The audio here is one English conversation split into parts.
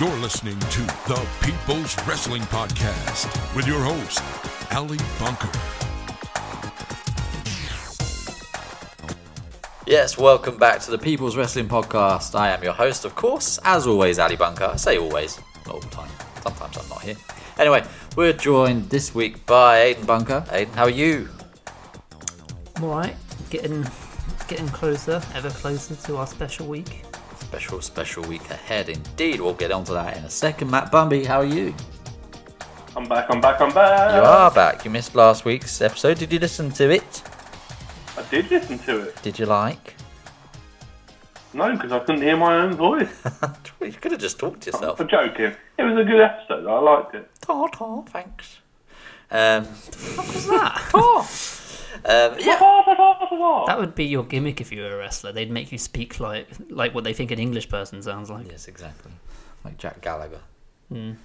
You're listening to the People's Wrestling Podcast with your host, Ali Bunker. Yes, welcome back to the People's Wrestling Podcast. I am your host, of course, as always, Ali Bunker. I say always, not all the time. Sometimes I'm not here. Anyway, we're joined this week by Aiden Bunker. Aiden, how are you? All right, getting getting closer, ever closer to our special week. Special, special week ahead indeed. We'll get onto that in a second. Matt Bumby, how are you? I'm back, I'm back, I'm back. You are back. You missed last week's episode. Did you listen to it? I did listen to it. Did you like? No, because I couldn't hear my own voice. you could have just talked to yourself. I'm joking. It was a good episode. I liked it. Ta ta, thanks. Um, What's that? ta. um, yeah, that would be your gimmick if you were a wrestler. They'd make you speak like like what they think an English person sounds like. Yes, exactly. Like Jack Gallagher. Or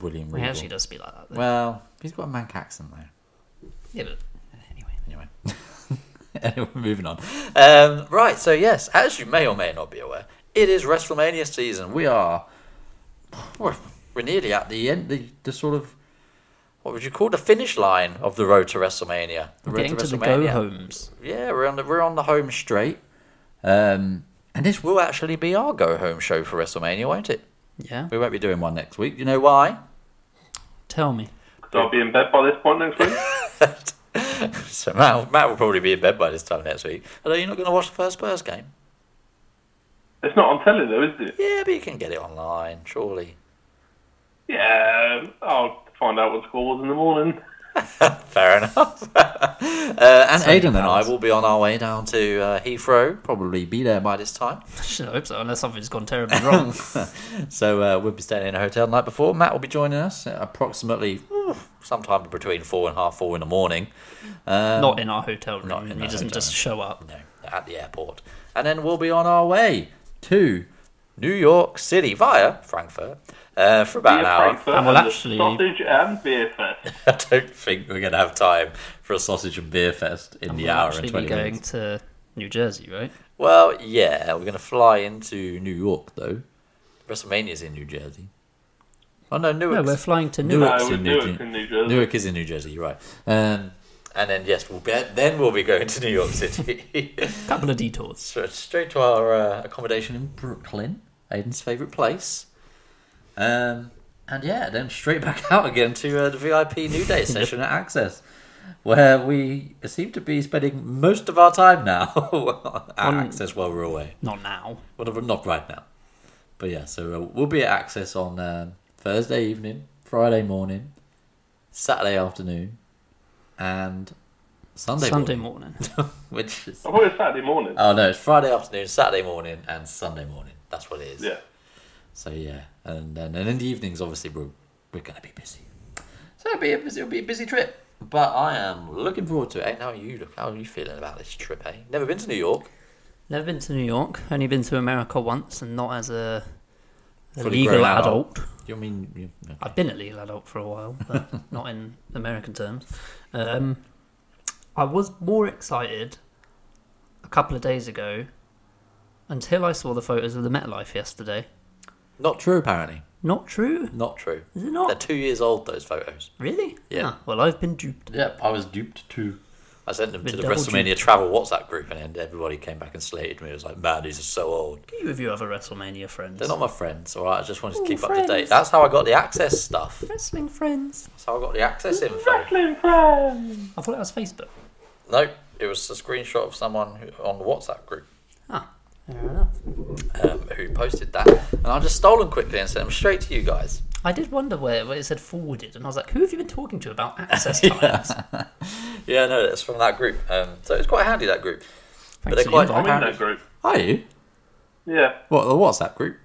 William Hmm. He Regal. actually does speak like that. though. Well, he's got a Manc accent though. yeah, but anyway. Anyway. anyway, moving on. Um, right, so yes, as you may or may not be aware, it is WrestleMania season. We are we're, we're nearly at the end the, the sort of what would you call the finish line of the road to WrestleMania? The road Getting to the go homes. Yeah, we're on the we're on the home straight. Um, and this will actually be our go home show for WrestleMania, won't it? Yeah. We won't be doing one next week. You know why? Tell me. So I'll be in bed by this point next week. so Matt, Matt will probably be in bed by this time next week. Although you're not going to watch the first Spurs game. it's not on telly though, is it? Yeah, but you can get it online, surely. Yeah, I'll find out what the score was in the morning. Fair enough. uh, and Seven Aidan and I pounds. will be on our way down to uh, Heathrow. Probably be there by this time. Should I hope so, unless something's gone terribly wrong. So uh, we'll be staying in a hotel the night before. Matt will be joining us at approximately ooh, sometime between four and half four in the morning. Um, not in our hotel room. Not in he our doesn't hotel just room. show up. no, at the airport. And then we'll be on our way to New York City via Frankfurt uh, for about an Beer hour. Frankfurt And we'll the actually- Sausage and beer fest. I don't think we're going to have time for a sausage and beer fest in the We'll hour actually and 20 be going minutes. to New Jersey, right? Well, yeah, we're going to fly into New York, though. WrestleMania's in New Jersey. Oh, no, No, Newark. we're flying to Newark. Newark's No, in, Newark's New Jer- in New Jersey. Newark is in New Jersey, you're right. Um, and then, yes, we'll be, then we'll be going to New York City. couple of detours. So it's straight to our uh, accommodation in Brooklyn, Aiden's favourite place. Um, and yeah, then straight back out again to uh, the VIP New Day session at Access, where we seem to be spending most of our time now at On- Access while we're away. Not now. Well, no, not right now. But yeah, so uh, we'll be at Access on um, Thursday evening, Friday morning, Saturday afternoon, and Sunday, Sunday morning, morning. which is I thought it was Saturday morning. Oh no, it's Friday afternoon, Saturday morning, and Sunday morning. That's what it is. yeah. So yeah, and then and in the evenings, obviously, we're we're gonna be busy. So it'll be a busy, it'll be a busy trip. But I am looking forward to it. Aidan, How are you look? How are you feeling about this trip? Eh? Never been to New York. Never been to New York. Only been to America once, and not as a, a Fully legal grown adult. adult. You mean you, okay. I've been a legal adult for a while, but not in American terms. Um, I was more excited a couple of days ago until I saw the photos of the MetLife yesterday. not true? Apparently, Not true. not true. Is it They're not? two years old. Those photos. Really? Yeah. Ah, well, I've been duped. Yep, I was duped too. I sent them to Been the double WrestleMania duped. travel WhatsApp group, and then everybody came back and slated me. It was like, man, these are so old. You of your other WrestleMania friends. They're not my friends. All right, I just wanted to Ooh, keep up to date. friends. That's how I got the access stuff. wrestling friends. That's how I got the access info. Wrestling friends. I thought it was Facebook. Nope, it was a screenshot of someone who, on the WhatsApp group Ah, fair enough. um, who posted that, and I just stole them quickly and sent them straight to you guys. I did wonder where, where it said forwarded, and I was like, who have you been talking to about access times? Yeah, no, that's from that group. Um, so it's quite handy that group. Thanks they're for the quite- invite. I'm in Apparently- that group. Are you? Yeah. What the WhatsApp group?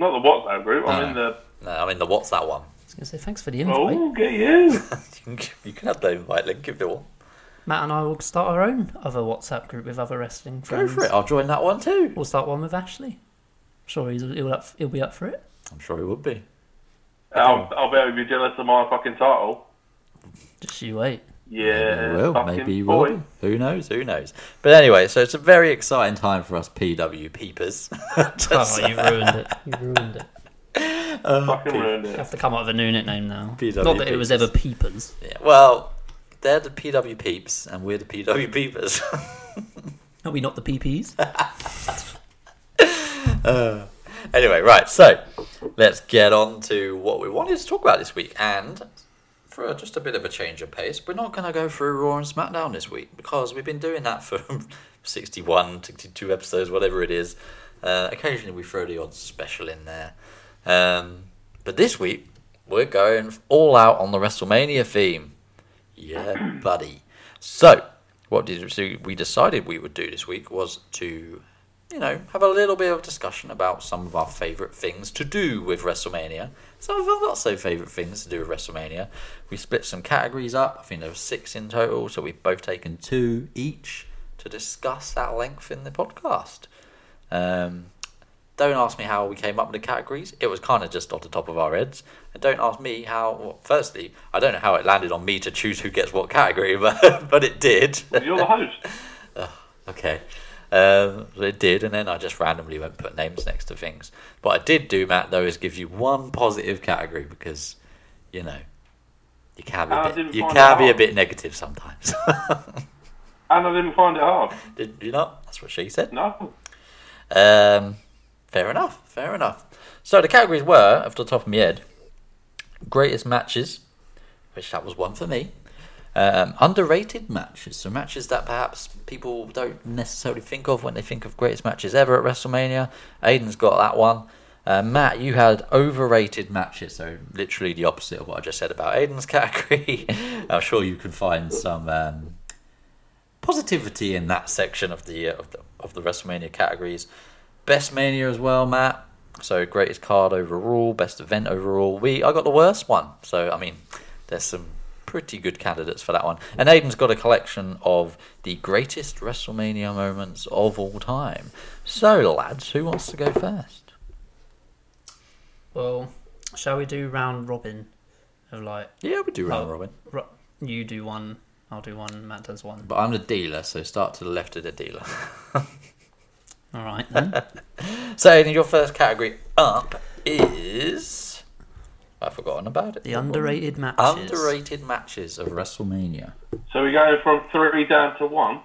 Not the WhatsApp group. I'm No. in the. No, I mean the WhatsApp one. I was going to say, thanks for the invite. Oh, get you. You can, give- you can have the invite link. Give the one. Matt and I will start our own other WhatsApp group with other wrestling Go friends. for it. I'll join that one too. We'll start one with Ashley. Sure, he's, he'll, up, he'll be up for it. I'm sure it would be. I'll, I'll be able to be jealous of my fucking title. Just you wait. Yeah. Maybe you will. fucking Maybe you boy. will. Who knows? Who knows? But anyway, so it's a very exciting time for us PW peepers. Oh, you ruined it. You ruined it. Fucking ruined You it. have to come up with a new nickname now. PW Not that it was Peeps. ever Peepers. Yeah, well, they're the PW peeps, and we're the PW peepers. Are we not the PPs? anyway, right, so let's get on to what we wanted to talk about this week. And for a- just a bit of a change of pace, we're not going to go through Raw and SmackDown this week because we've been doing that for 61, 62 episodes, whatever it is. Uh, occasionally we throw the odd special in there. Um, but this week, we're going all out on the WrestleMania theme. Yeah, buddy. So, what did so we decided we would do this week was to, you know, have a little bit of discussion about some of our favourite things to do with WrestleMania, some of our not so favourite things to do with WrestleMania. We split some categories up. I think there were six in total, so we've both taken two each to discuss at length in the podcast. Um, don't ask me how we came up with the categories. It was kind of just off the top of our heads. And don't ask me how. Well, firstly, I don't know how it landed on me to choose who gets what category, but but it did. You're the host. Okay. Um, so it did, and then I just randomly went and put names next to things. What I did do, Matt, though, is give you one positive category because, you know, you can be I a bit, didn't you find can it be a hard. bit negative sometimes. And I didn't find it hard. did you not? That's what she said. No. Um, fair enough. Fair enough. So the categories were, off the top of my head, greatest matches, which that was one for me. Um, underrated matches, so matches that perhaps people don't necessarily think of when they think of greatest matches ever at WrestleMania. Aiden's got that one. Uh, Matt, you had overrated matches, so literally the opposite of what I just said about Aiden's category. I'm sure you can find some um, positivity in that section of the uh, of the, of the WrestleMania categories. Best Mania as well, Matt. So greatest card overall, best event overall. We I got the worst one. So I mean, there's some pretty good candidates for that one. And Aiden's got a collection of the greatest WrestleMania moments of all time. So lads, who wants to go first? well, shall we do round robin of like Yeah, we do round Oh. robin. ro- you do one, I'll do one, Matt does one. But I'm the dealer, so start to the left of the dealer. All right then. so Aiden, your first category up is I've forgotten about it. The underrated matches. Underrated matches of WrestleMania. So we go from three down to one.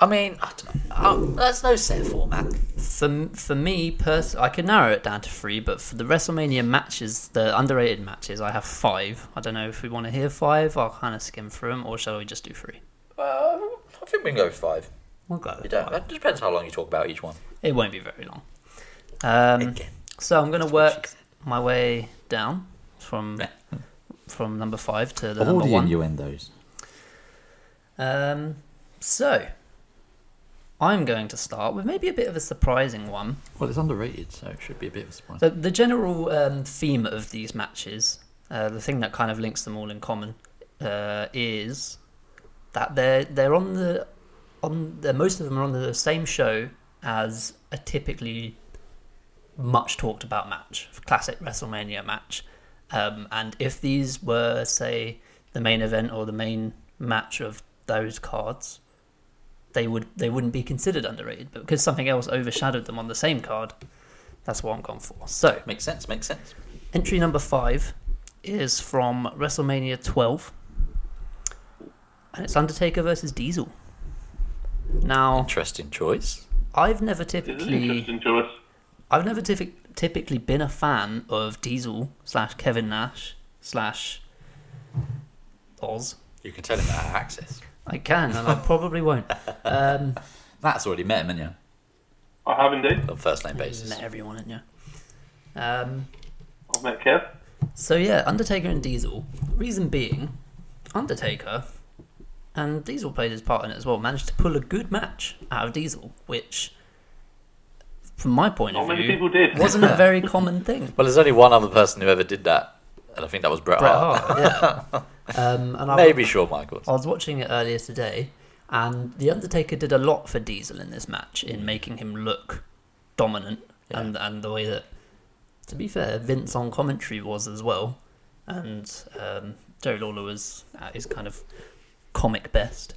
I mean, I don't know. Oh, that's no set format. For, for me, pers- I can narrow it down to three, but for the WrestleMania matches, the underrated matches, I have five. I don't know if we want to hear five, I'll kind of skim through them, or shall we just do three? Uh, I think we can go with five. We'll go. You don't. It depends how long you talk about each one. It won't be very long. Um, Again. so I'm going to what she work my way down from from number five to the All number the one. innuendos. Um, so I'm going to start with maybe a bit of a surprising one. Well, it's underrated, so it should be a bit of a surprise. The, the general um, theme of these matches, uh, the thing that kind of links them all in common, uh, is that they're they're on the on the, most of them are on the same show as a typically much talked about match, classic WrestleMania match. Um, and if these were, say, the main event or the main match of those cards, they would they wouldn't be considered underrated. But because something else overshadowed them on the same card, that's what I'm going for. So Makes sense. Makes sense. entry number five is from WrestleMania 12, and it's Undertaker versus Diesel. Now, Interesting choice. I've never It's typically interesting to us. I've never typi- typically been a fan of Diesel slash Kevin Nash slash Oz. You can tell him that at Access. I can, and I probably won't. Um, That's already met him, isn't you? I have indeed. On first name you've basis. met everyone, haven't you? Um, I've met Kev. so yeah, Undertaker and Diesel. Reason being, Undertaker and Diesel played his part in it as well. Managed to pull a good match out of Diesel, which, from my point Not of many view, people did. wasn't a very common thing. Well, there's only one other person who ever did that, and I think that was Bret, Bret Hart. Hart, yeah. um, and I, Maybe Shawn Michaels. I was watching it earlier today, and The Undertaker did a lot for Diesel in this match in making him look dominant and, and the way that, to be fair, Vince on commentary was as well, and um, Joe Lawler was at his kind of comic best.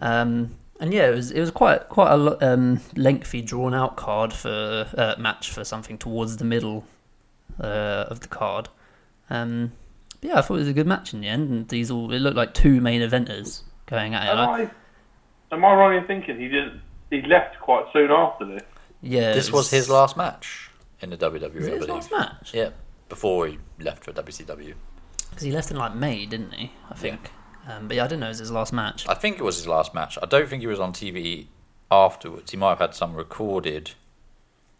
Um, and yeah, it was it was quite quite a lo- um, lengthy, drawn out card for uh, match for something towards the middle uh, of the card. Um, but yeah, I thought it was a good match in the end, and these all it looked like two main eventers going at it. Am Like, I, am I wrong in thinking he did? He left quite soon after this. yeah, This it was his last match in the WWE, was it I his believe. last match Yeah, before he left for WCW. because he left in like May, didn't he? I think. Um, but yeah, I didn't know it was his last match. I think it was his last match. I don't think he was on TV afterwards. He might have had some recorded,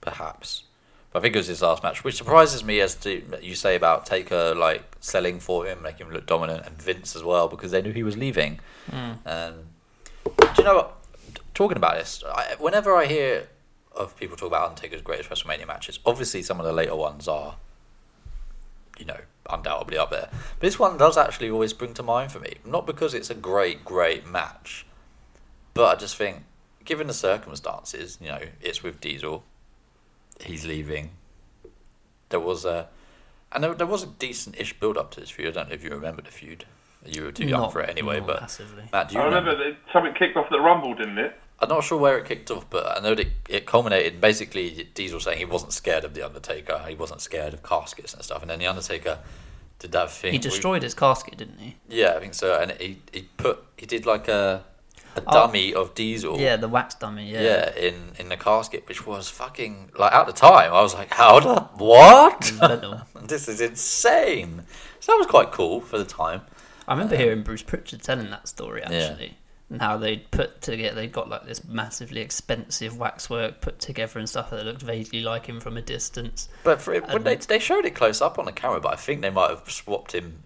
perhaps. But I think it was his last match, which surprises me as to you say about Taker like selling for him, making him look dominant, and Vince as well because they knew he was leaving. Um, do you know what? t- Talking about this, I, whenever I hear of people talk about Undertaker's greatest WrestleMania matches, obviously some of the later ones are, you know, undoubtedly up there. But this one does actually always spring to mind for me, not because it's a great, great match, but I just think, given the circumstances, you know, it's with Diesel, he's leaving. There was a, and there, there was a decent-ish build-up to this feud. I don't know if you remember the feud. You were too young Not- for it anyway, not but massively. Matt, do you I remember? remember that something kicked off at the Rumble, didn't it? I'm not sure where it kicked off, but I know that it, it culminated in basically Diesel saying he wasn't scared of the Undertaker, he wasn't scared of caskets and stuff, and then the Undertaker did that thing. He where- destroyed his casket, didn't he? yeah, I think so, and he he put he did like a a dummy of Diesel. Oh. Yeah, the wax dummy. Yeah. Yeah, in, in the casket, which was fucking like at the time, I was like, "How the what? Mental. this is insane!" So that was quite cool for the time. I remember hearing Bruce Pritchard telling that story actually, and how they put together they got like this massively expensive waxwork put together and stuff that looked vaguely like him from a distance. But for it, when they And- they showed it close up on the camera, but I think they might have swapped him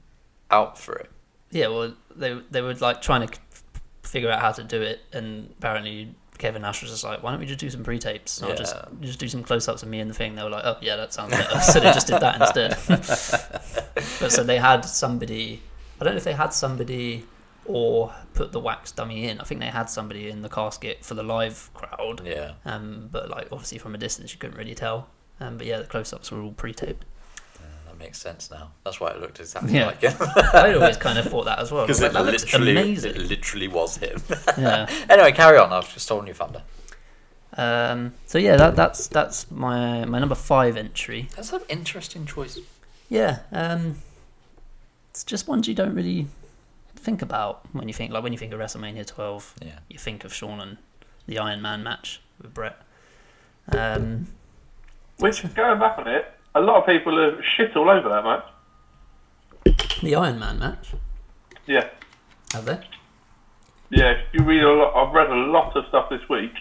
out for it. Yeah, well, they they were like trying to f- figure out how to do it, and apparently Kevin Nash was just like, "Why don't we just do some pre-tapes? And I'll just Yeah. just do some close-ups of me and the thing." They were like, "Oh yeah, that sounds better," so they just did that instead. but so they had somebody. I don't know if they had somebody or put the wax dummy in. I think they had somebody in the casket for the live crowd. Yeah. Um, but like obviously from a distance you couldn't really tell. Um, but yeah, the close-ups were all pre-taped. That makes sense now. That's why it looked exactly Yeah. like him. I always kind of thought that as well. Because Like, it that looks literally, amazing. it literally was him. yeah. anyway, carry on. I've just stolen your thunder. Um, so yeah, that, that's that's my my number five entry. That's an interesting choice. Yeah, um, it's just ones you don't really think about when you think like when you think of WrestleMania 12, Yeah. you think of Shawn and the Iron Man match with Brett. Um, Which, going back on it, a lot of people have shit all over that match. the Iron Man match, Yeah, have they? yeah. You read a lot. I've read a lot of stuff this week.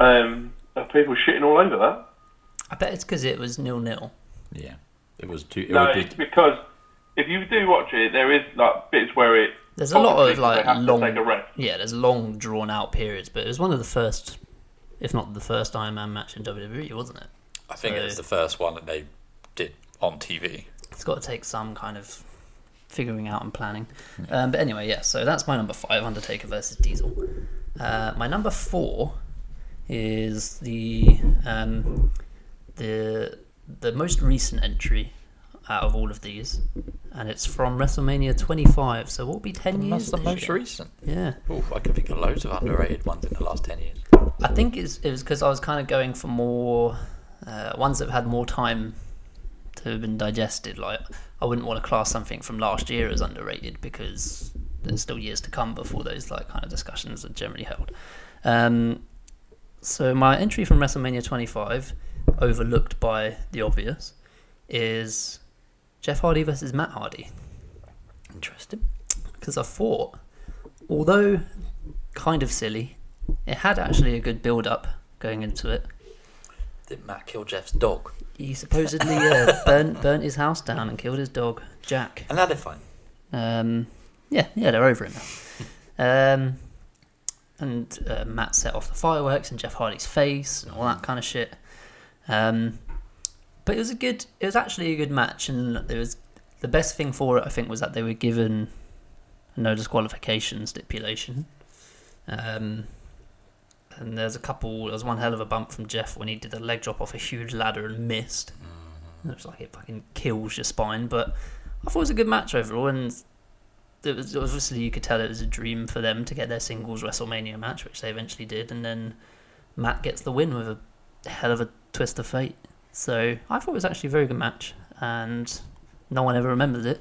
Um, of people shitting all over that. I bet it's because it was nil nil. Yeah. It was too. It No, would it's because if you do watch it, there is like bits where it. There's a lot of obviously like Oh, they have long, To take a rest. yeah, there's long drawn out periods, but it was one of the first, if not the first Iron Man match in WWE, wasn't it? I think it was so- the first one that they did on TV. it's got to take some kind of figuring out and planning. Um, but anyway, yeah, so that's my number five Undertaker versus Diesel. Uh, my number four is the um, the the most recent entry out of all of these, and it's from WrestleMania 25. So what will be 10 That's years? the this most year? recent. Yeah, Ooh, I can think of loads of underrated ones in the last 10 years. I think it's, it was because I was kind of going for more uh, ones that have had more time to have been digested. Like I wouldn't want to class something from last year as underrated because there's still years to come before those like kind of discussions are generally held. Um, so my entry from WrestleMania 25, overlooked by the obvious, is Jeff Hardy versus Matt Hardy Interesting. because I thought, although kind of silly, it had actually a good build up going into it. Did Matt kill Jeff's dog? He supposedly uh, burnt burnt his house down and killed his dog Jack. And that fine. Um, yeah, yeah, they're over it now. Um, and uh, Matt set off the fireworks in Jeff Hardy's face and all that kind of shit. Um, but it was a good. It was actually a good match, and it was the best thing for it. I think was that they were given no disqualification stipulation. Um, and there's a couple. There was one hell of a bump from Jeff when he did a leg drop off a huge ladder and missed. It was like it fucking kills your spine, but I thought it was a good match overall, and it was obviously you could tell it was a dream for them to get their singles WrestleMania match, which they eventually did, and then Matt gets the win with a hell of a twist of fate. So I thought it was actually a very good match, and no one ever remembers it.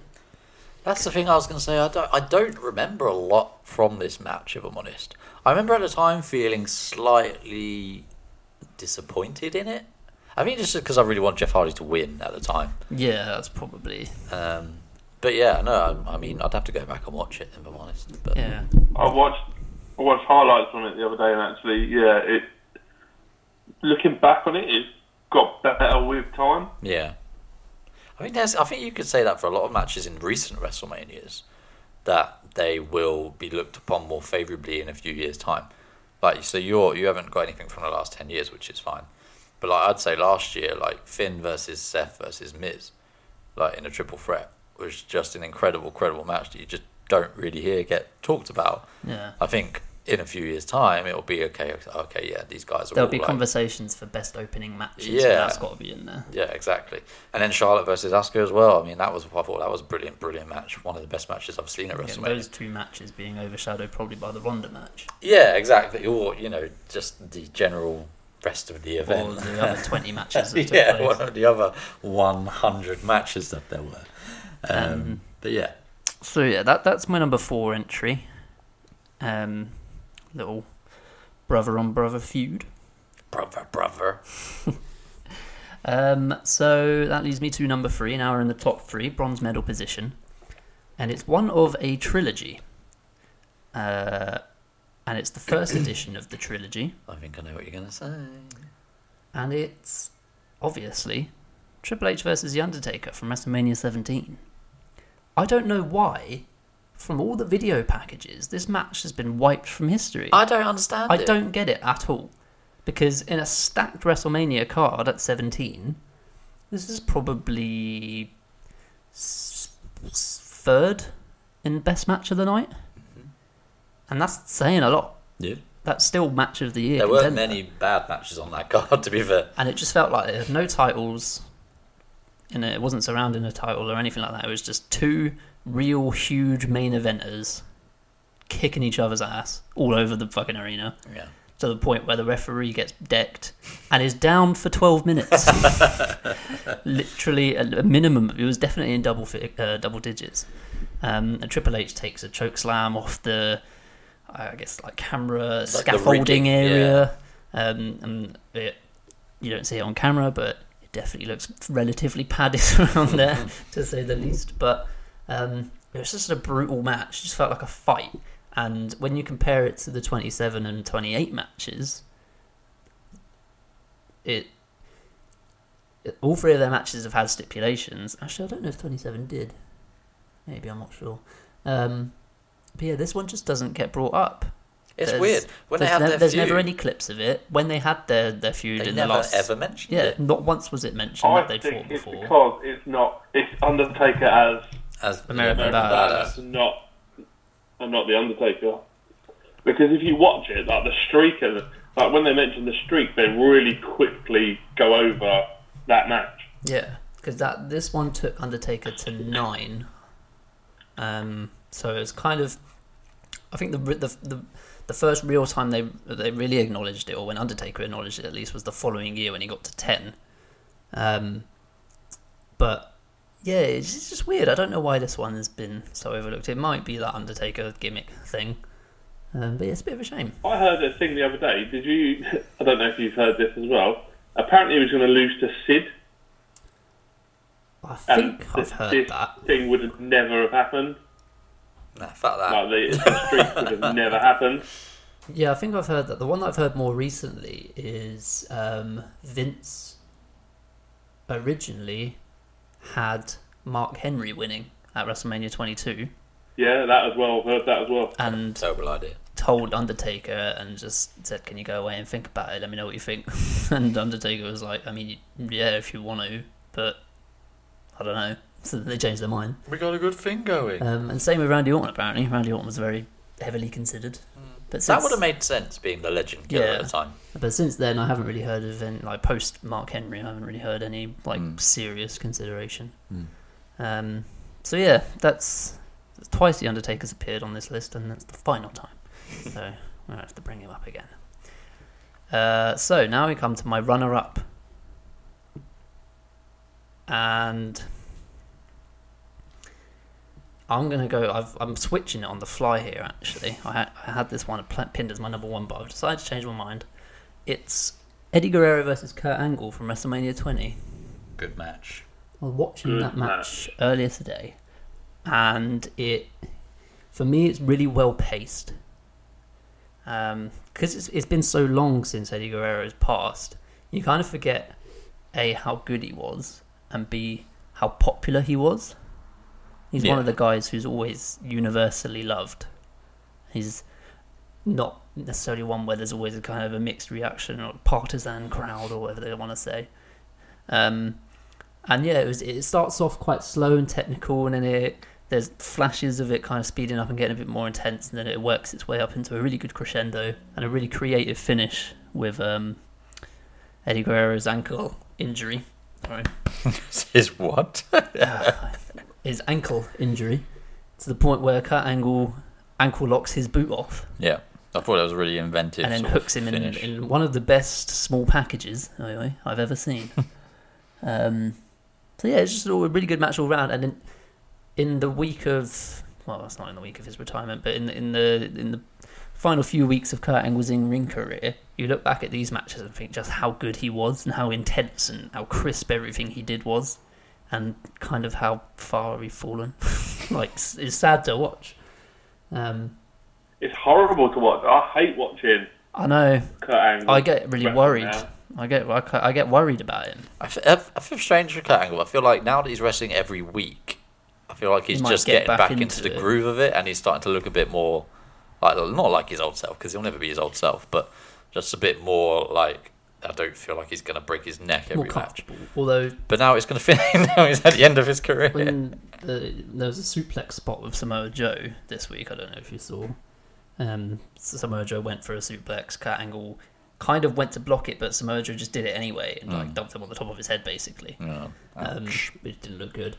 That's the thing I was going to say. I don't, I don't remember a lot from this match, if I'm honest. I remember at the time feeling slightly disappointed in it. I think just because I really wanted Jeff Hardy to win at the time. Yeah, that's probably Um, but yeah, no, I, I mean, I'd have to go back and watch it, if I'm honest. But yeah. I watched I watched highlights on it the other day, and actually, yeah, it. Looking back on it, it got better with time. Yeah. I think there's I think you could say that for a lot of matches in recent WrestleManias that they will be looked upon more favourably in a few years' time. Like so you're you haven't got anything from the last ten years, which is fine. But like I'd say last year, like Finn versus Seth versus Miz, like in a triple threat, was just an incredible, incredible match that you just don't really hear get talked about. Yeah. I think in a few years' time it'll be okay. Okay, yeah, these guys are. There'll all, be like- conversations for best opening matches. Yeah. Yeah. That's got to be in there. yeah, exactly. And then Charlotte versus Asuka as well. I mean, that was I thought that was a brilliant, brilliant match. One of the best matches I've seen at Yeah, WrestleMania. those two matches being overshadowed probably by the Ronda match Yeah, exactly. Or you know, just the general rest of the or event. the other 20 matches that took yeah, place. one of the other one hundred matches that there were. Um, but yeah, So yeah, that that's my number four entry. Um, little brother on brother feud. brother, brother. Um, so that leads me to number three. Now we're in the top three, bronze medal position, and it's one of a trilogy. Uh, and it's the first edition of the trilogy, I think I know what you're gonna say. and it's obviously Triple H versus The Undertaker from WrestleMania 17. I don't know why, from all the video packages, this match has been wiped from history. I don't understand. I it. don't get it at all. Because in a stacked WrestleMania card at 17, this is probably s- s- third in best match of the night. Mm-hmm. And that's saying a lot. Yeah. That's still match of the year. There weren't contender. many bad matches on that card, to be fair. And it just felt like they had no titles, and it wasn't surrounding a title or anything like that. It was just two real huge main eventers kicking each other's ass all over the fucking arena Yeah. to the point where the referee gets decked and is down for 12 minutes. Literally a, a minimum. It was definitely in double fi- uh, double digits. Um, and Triple H takes a choke slam off the, I guess, like camera the scaffolding rigging, area. Um, and it, you don't see it on camera, but it definitely looks relatively padded around there, to say the least. But um, it was just a brutal match. It just felt like a fight. And when you compare it to the 27 and 28 matches, it, it- all three of their matches have had stipulations. Actually, I don't know if 27 did. Maybe I'm not sure. Um, but yeah, this one just doesn't get brought up. It's There's- weird when they there's had ne- their there's feud, never any clips of it. When they had their, their feud They in never the last ever mentioned yeah, it not once was it mentioned I that they'd think fought it's before. because it's not. It's Undertaker as as American American Badass. Badass, and not and not the Undertaker. Because if you watch it, like the streak, of, like when they mention the streak, they really quickly go over that match. Yeah, because that this one took Undertaker to nine. Um, so it was kind of, I think the the the, the first real time they they really acknowledged it, or when Undertaker acknowledged it at least, was the following year when he got to ten. Um, but yeah, it's just, it's just weird. I don't know why this one has been so overlooked. It might be that Undertaker gimmick thing, um, but yeah, it's a bit of a shame. I heard a thing the other day. Did you? I don't know if you've heard this as well. Apparently, he was going to lose to Sid. I and think Um, this, I've heard this that. thing would have never have happened. Nah, fuck that. Like the, the streak would have never happened. Yeah, I think I've heard that. The one that I've heard more recently is um, Vince originally had Mark Henry winning at WrestleMania 22 Yeah, that as well. I've heard that as well. and Terrible idea. told Undertaker and just said, Can you go away and think about it? Let me know what you think. and Undertaker was like, I mean, yeah, if you want to, but I don't know. So they changed their mind. We got a good thing going. Um, and same with Randy Orton, apparently. Randy Orton was very heavily considered. But that since- would have made sense being the legend killer at Yeah. the time. But since then, I haven't really heard of any like post Mark Henry. I haven't really heard any like Mm. serious consideration. Mm. Um, so yeah, that's, that's twice the Undertaker's appeared on this list, and that's the final time. so I have to bring him up again. Uh, so now we come to my runner-up, and I'm gonna go. I've, I'm switching it on the fly here. Actually, I had, I had this one pl- pinned as my number one, but I've decided to change my mind. It's Eddie Guerrero versus Kurt Angle from WrestleMania 20. Good match. I was watching Good that match earlier today, and it, for me, it's really well paced. Because it's, it's been so long since Eddie Guerrero's passed, you kind of forget a how good he was, and b how popular he was. He's one Yeah. of the guys who's always universally loved. He's not necessarily one where there's always a kind of a mixed reaction or partisan crowd or whatever they want to say. Um, and yeah, it was. It starts off quite slow and technical, and then it there's flashes of it kind of speeding up and getting a bit more intense, and then it works its way up into a really good crescendo and a really creative finish with um, Eddie Guerrero's ankle injury. Sorry, Is what? his ankle injury to the point where Kurt Angle ankle locks his boot off yeah, I thought that was a really inventive. and then sort of hooks him in, finish. in one of the best small packages oi, oi, I've ever seen. um, so yeah, it's just all a really good match all round. And in, in the week of well, that's not in the week of his retirement, but in the, in the in the final few weeks of Kurt Angle's in ring career, you look back at these matches and think just how good he was and how intense and how crisp everything he did was, and kind of how far he'd fallen. like it's it's sad to watch. Um, It's horrible to watch. I hate watching I know Kurt Angle. I get really wrestle worried. now. I get I, ca- I get worried about him. I fe- I f- I feel strange for Kurt Angle. I feel like now that he's wrestling every week, I feel like he's might just get getting back back, into, into the it. groove of it, and he's starting to look a bit more like not like his old self because he'll never be his old self, but just a bit more like I don't feel like he's going to break his neck every More match. comfortable. Although But now it's going to finish. now he's at the end of his career. when the, there was a suplex spot with Samoa Joe this week, I don't know if you saw. Um, Samoa Joe went for a suplex. Kurt Angle kind of went to block it, but Samoa Joe just did it anyway and like dumped him on the top of his head, basically. Yeah. um, which didn't look good.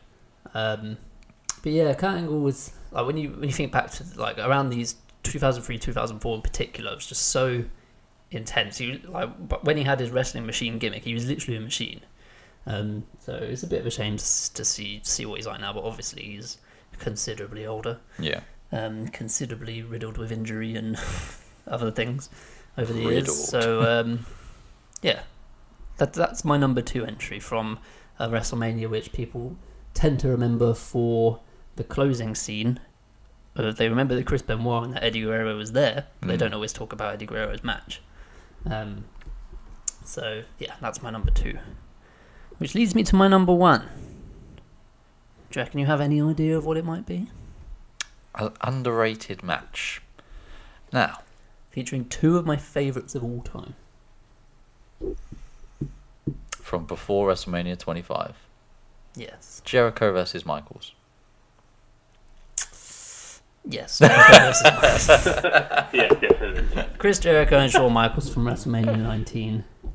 Um, but yeah, Kurt Angle was like when you when you think back to like around these 2003, 2004 in particular, it was just so intense. He was, like but when he had his wrestling machine gimmick, he was literally a machine. Um, so it's a bit of a shame to, s- to see see what he's like now, but obviously he's considerably older, yeah, um, considerably riddled with injury and other things over the Riddled. years. So um, yeah, that that's my number two entry from uh, WrestleMania, which people tend to remember for the closing scene. Uh, they remember that Chris Benoit and that Eddie Guerrero was there, but they Mm. don't always talk about Eddie Guerrero's match. Um, so yeah, that's my number two, which leads me to my number one. Do you reckon you have any idea of what it might be? an underrated match. Now, Featuring two of my favourites of all time. from before WrestleMania 25, Yes. Jericho versus Michaels. Yes. Jericho versus- Yeah, definitely. Chris Jericho and Shawn Michaels from WrestleMania 19 I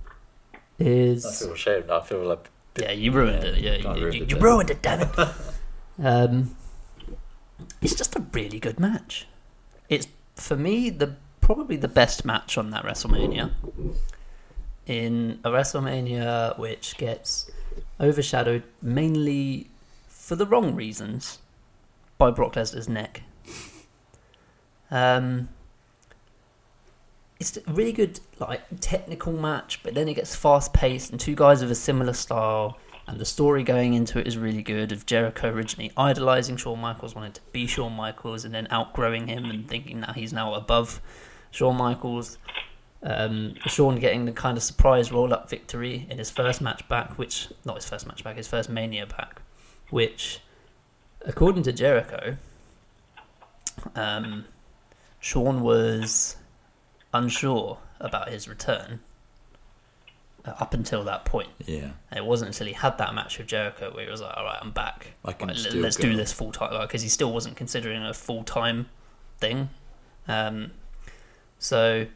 is. feel ashamed. I feel like Yeah, you ruined it. Yeah, I you, ruined you, it you there. ruined it, damn it. um, it's just a really good match. It's for me the probably the best match on that WrestleMania. In a WrestleMania which gets overshadowed mainly for the wrong reasons by Brock Lesnar's neck. Um, it's a really good like technical match, but then it gets fast paced and two guys of a similar style. And the story going into it is really good of Jericho originally idolizing Shawn Michaels, wanting to be Shawn Michaels, and then outgrowing him and thinking that he's now above Shawn Michaels. Um, Shawn getting the kind of surprise roll up victory in his first match back, which, not his first match back, his first Mania back, which, according to Jericho, um, Shawn was unsure about his return uh, up until that point. yeah. And it wasn't until he had that match with Jericho where he was like, "All right, I'm back. I can Like, let- still let's go." do this full time." Because he still wasn't considering a full time thing. Um, so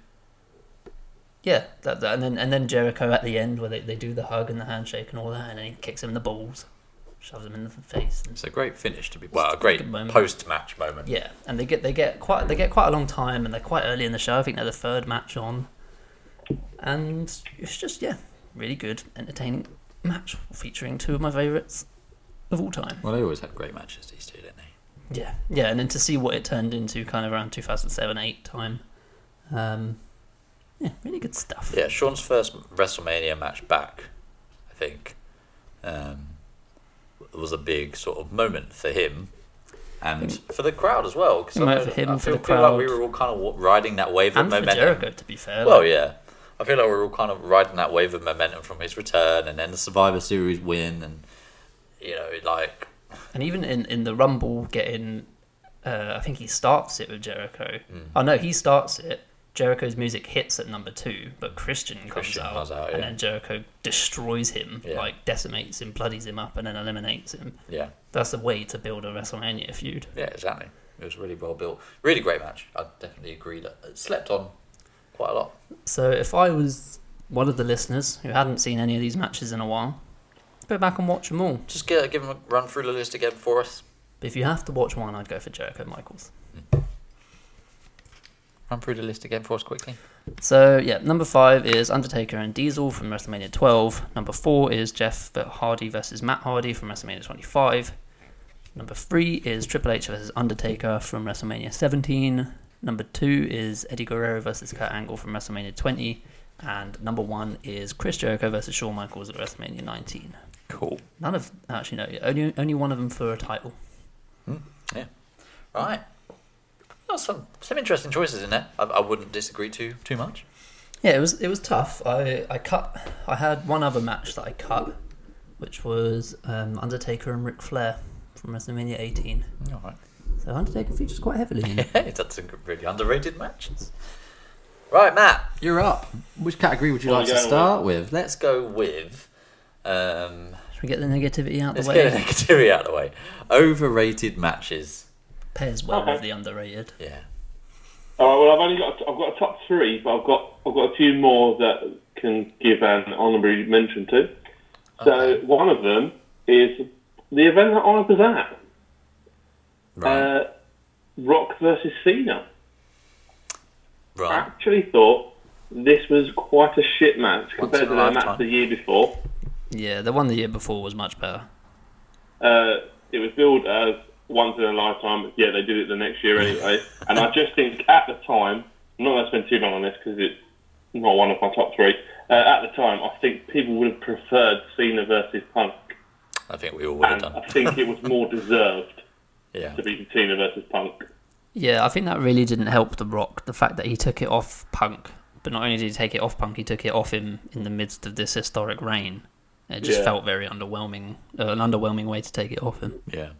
yeah, that, that, and then and then Jericho at the end where they, they do the hug and the handshake and all that, and then he kicks him in the balls, shoves him in the face, and It's a great finish to be. Well, a good great moment. post-match moment. yeah, and they get they get quite they get quite a long time, and they're quite early in the show. I think they're the third match on, and it's just yeah, really good, entertaining match featuring two of my favourites of all time. Well, they always have great matches, these two, don't they? Yeah, yeah, and then to see what it turned into kind of around 2007 8 time. Um, yeah, really good stuff. Yeah, Sean's first WrestleMania match back, I think, um, was a big sort of moment for him and for the crowd as well. 'cause I Moment know- for him, I for feel, the feel like we crowd. were all kind of wa- riding that wave and of for momentum. Jericho, to be fair. Well, like, yeah. I feel like we're all kind of riding that wave of momentum from his return and then the Survivor Series win and, you know, like, And even in, in the Rumble, getting. Uh, I think he starts it with Jericho. Mm. Oh, no, he starts it. Jericho's music hits at number two, but Christian comes Christian out, comes out, and yeah. then Jericho destroys him, Yeah. like decimates him, bloodies him up, and then eliminates him. yeah. That's the way to build a WrestleMania feud. Yeah, exactly. It was really well built. Really great match. I definitely agree that it slept on quite a lot. So if I was one of the listeners who hadn't seen any of these matches in a while, go back and watch them all. Just get, give him a run through the list again for us. But if you have to watch one, I'd go for Jericho Michaels. Run through the list again for us quickly. So yeah, number five is Undertaker and Diesel from WrestleMania 12. Number four is Jeff Hardy versus Matt Hardy from WrestleMania 25. Number three is Triple H versus Undertaker from WrestleMania 17. Number two is Eddie Guerrero versus Kurt Angle from WrestleMania 20. And number one is Chris Jericho versus Shawn Michaels at WrestleMania 19. Cool. None of actually no, only only one of them for a title. Yeah. Right. That's some some interesting choices in there. I, I wouldn't disagree too too much. Yeah, it was it was tough. I I cut. I had one other match that I cut, which was um, Undertaker and Ric Flair from WrestleMania 18. All right. So Undertaker features quite heavily. in it. Yeah, that's some really underrated matches. Right, Matt. You're up. Which category would you Well, like to yeah, well- start with? Let's go with. Um, Should we get the negativity out the let's way? get the negativity out of the way. Overrated matches. Pairs well Okay. with the underrated. Yeah. All right, well, I've only got I've got a top three, but I've got I've got a few more that can give an honorary mention to. So one of them is the event that I was at, Right. uh, Rock versus Cena. right. actually thought this was quite a shit match Once compared in to a their match lifetime. the year before. Yeah, the one the year before was much better. Uh, it was billed as once in a lifetime. Yeah, they did it the next year anyway. and I just think at the time, I'm not going to spend too long on this because it's not one of my top three. Uh, at the time, I think people would have preferred Cena versus Punk, I think we all would have and done. I think it was more deserved Yeah. to be Cena versus Punk. Yeah, I think that really didn't help The Rock. The fact that he took it off Punk, but not only did he take it off Punk, he took it off him in the midst of this historic reign. It just Yeah. felt very underwhelming, uh, an underwhelming way to take it off him. Yeah.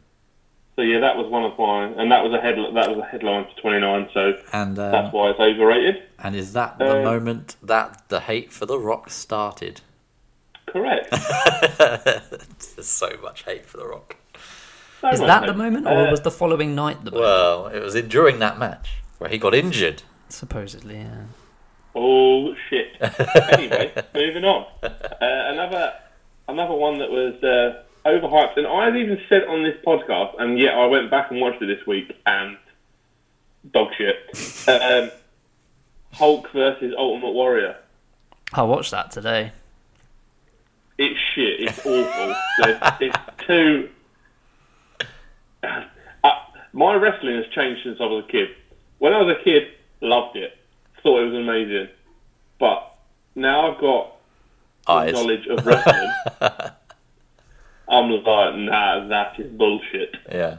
So yeah, that was one of mine, and that was a head that was a headline for 29. So And um, that's why it's overrated. And is that the Uh, moment that the hate for The Rock started? Correct. There's so much hate for The Rock. So Is much that hate. the moment, or Uh, was the following night the moment? Well, it was in, during that match where he got injured. Supposedly, yeah. Oh shit! anyway, moving on. Uh, another another one that was uh, overhyped, and I've even said on this podcast, and yet I went back and watched it this week, and dog shit. um, Hulk versus Ultimate Warrior. I watched that today. It's shit. It's awful. There's- it's too. Uh, my wrestling has changed since I was a kid. When I was a kid, loved it, thought it was amazing, but now I've got Eyes. knowledge of wrestling. I'm like, nah, that is bullshit. Yeah.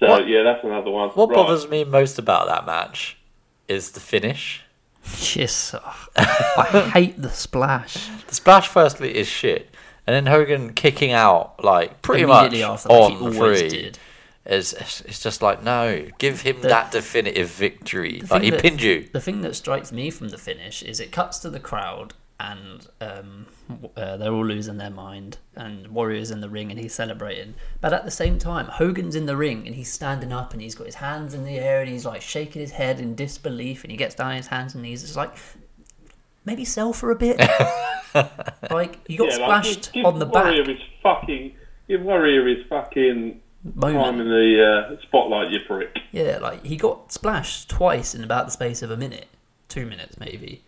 So What- yeah, that's another one. What Right. bothers me most about that match is the finish. Yes, ugh. I hate the splash. The splash, firstly, is shit. And then Hogan kicking out, like, pretty much Immediately after, like he on always three. did. It's, it's it's just like, no, give him The- that definitive victory. The Like, thing he that- pinned you. The thing that strikes me from the finish is it cuts to the crowd and um, w- uh, they're all losing their mind and Warrior's in the ring and he's celebrating. But at the same time, Hogan's in the ring and he's standing up and he's got his hands in the air and he's like shaking his head in disbelief and he gets down on his hands and knees. It's like, maybe sell for a bit. like, you got Yeah, like, splashed give- give on the Warrior back His fucking, give Warrior his fucking time moment. in the uh, spotlight, you prick. Yeah, like he got splashed twice in about the space of a minute, two minutes maybe.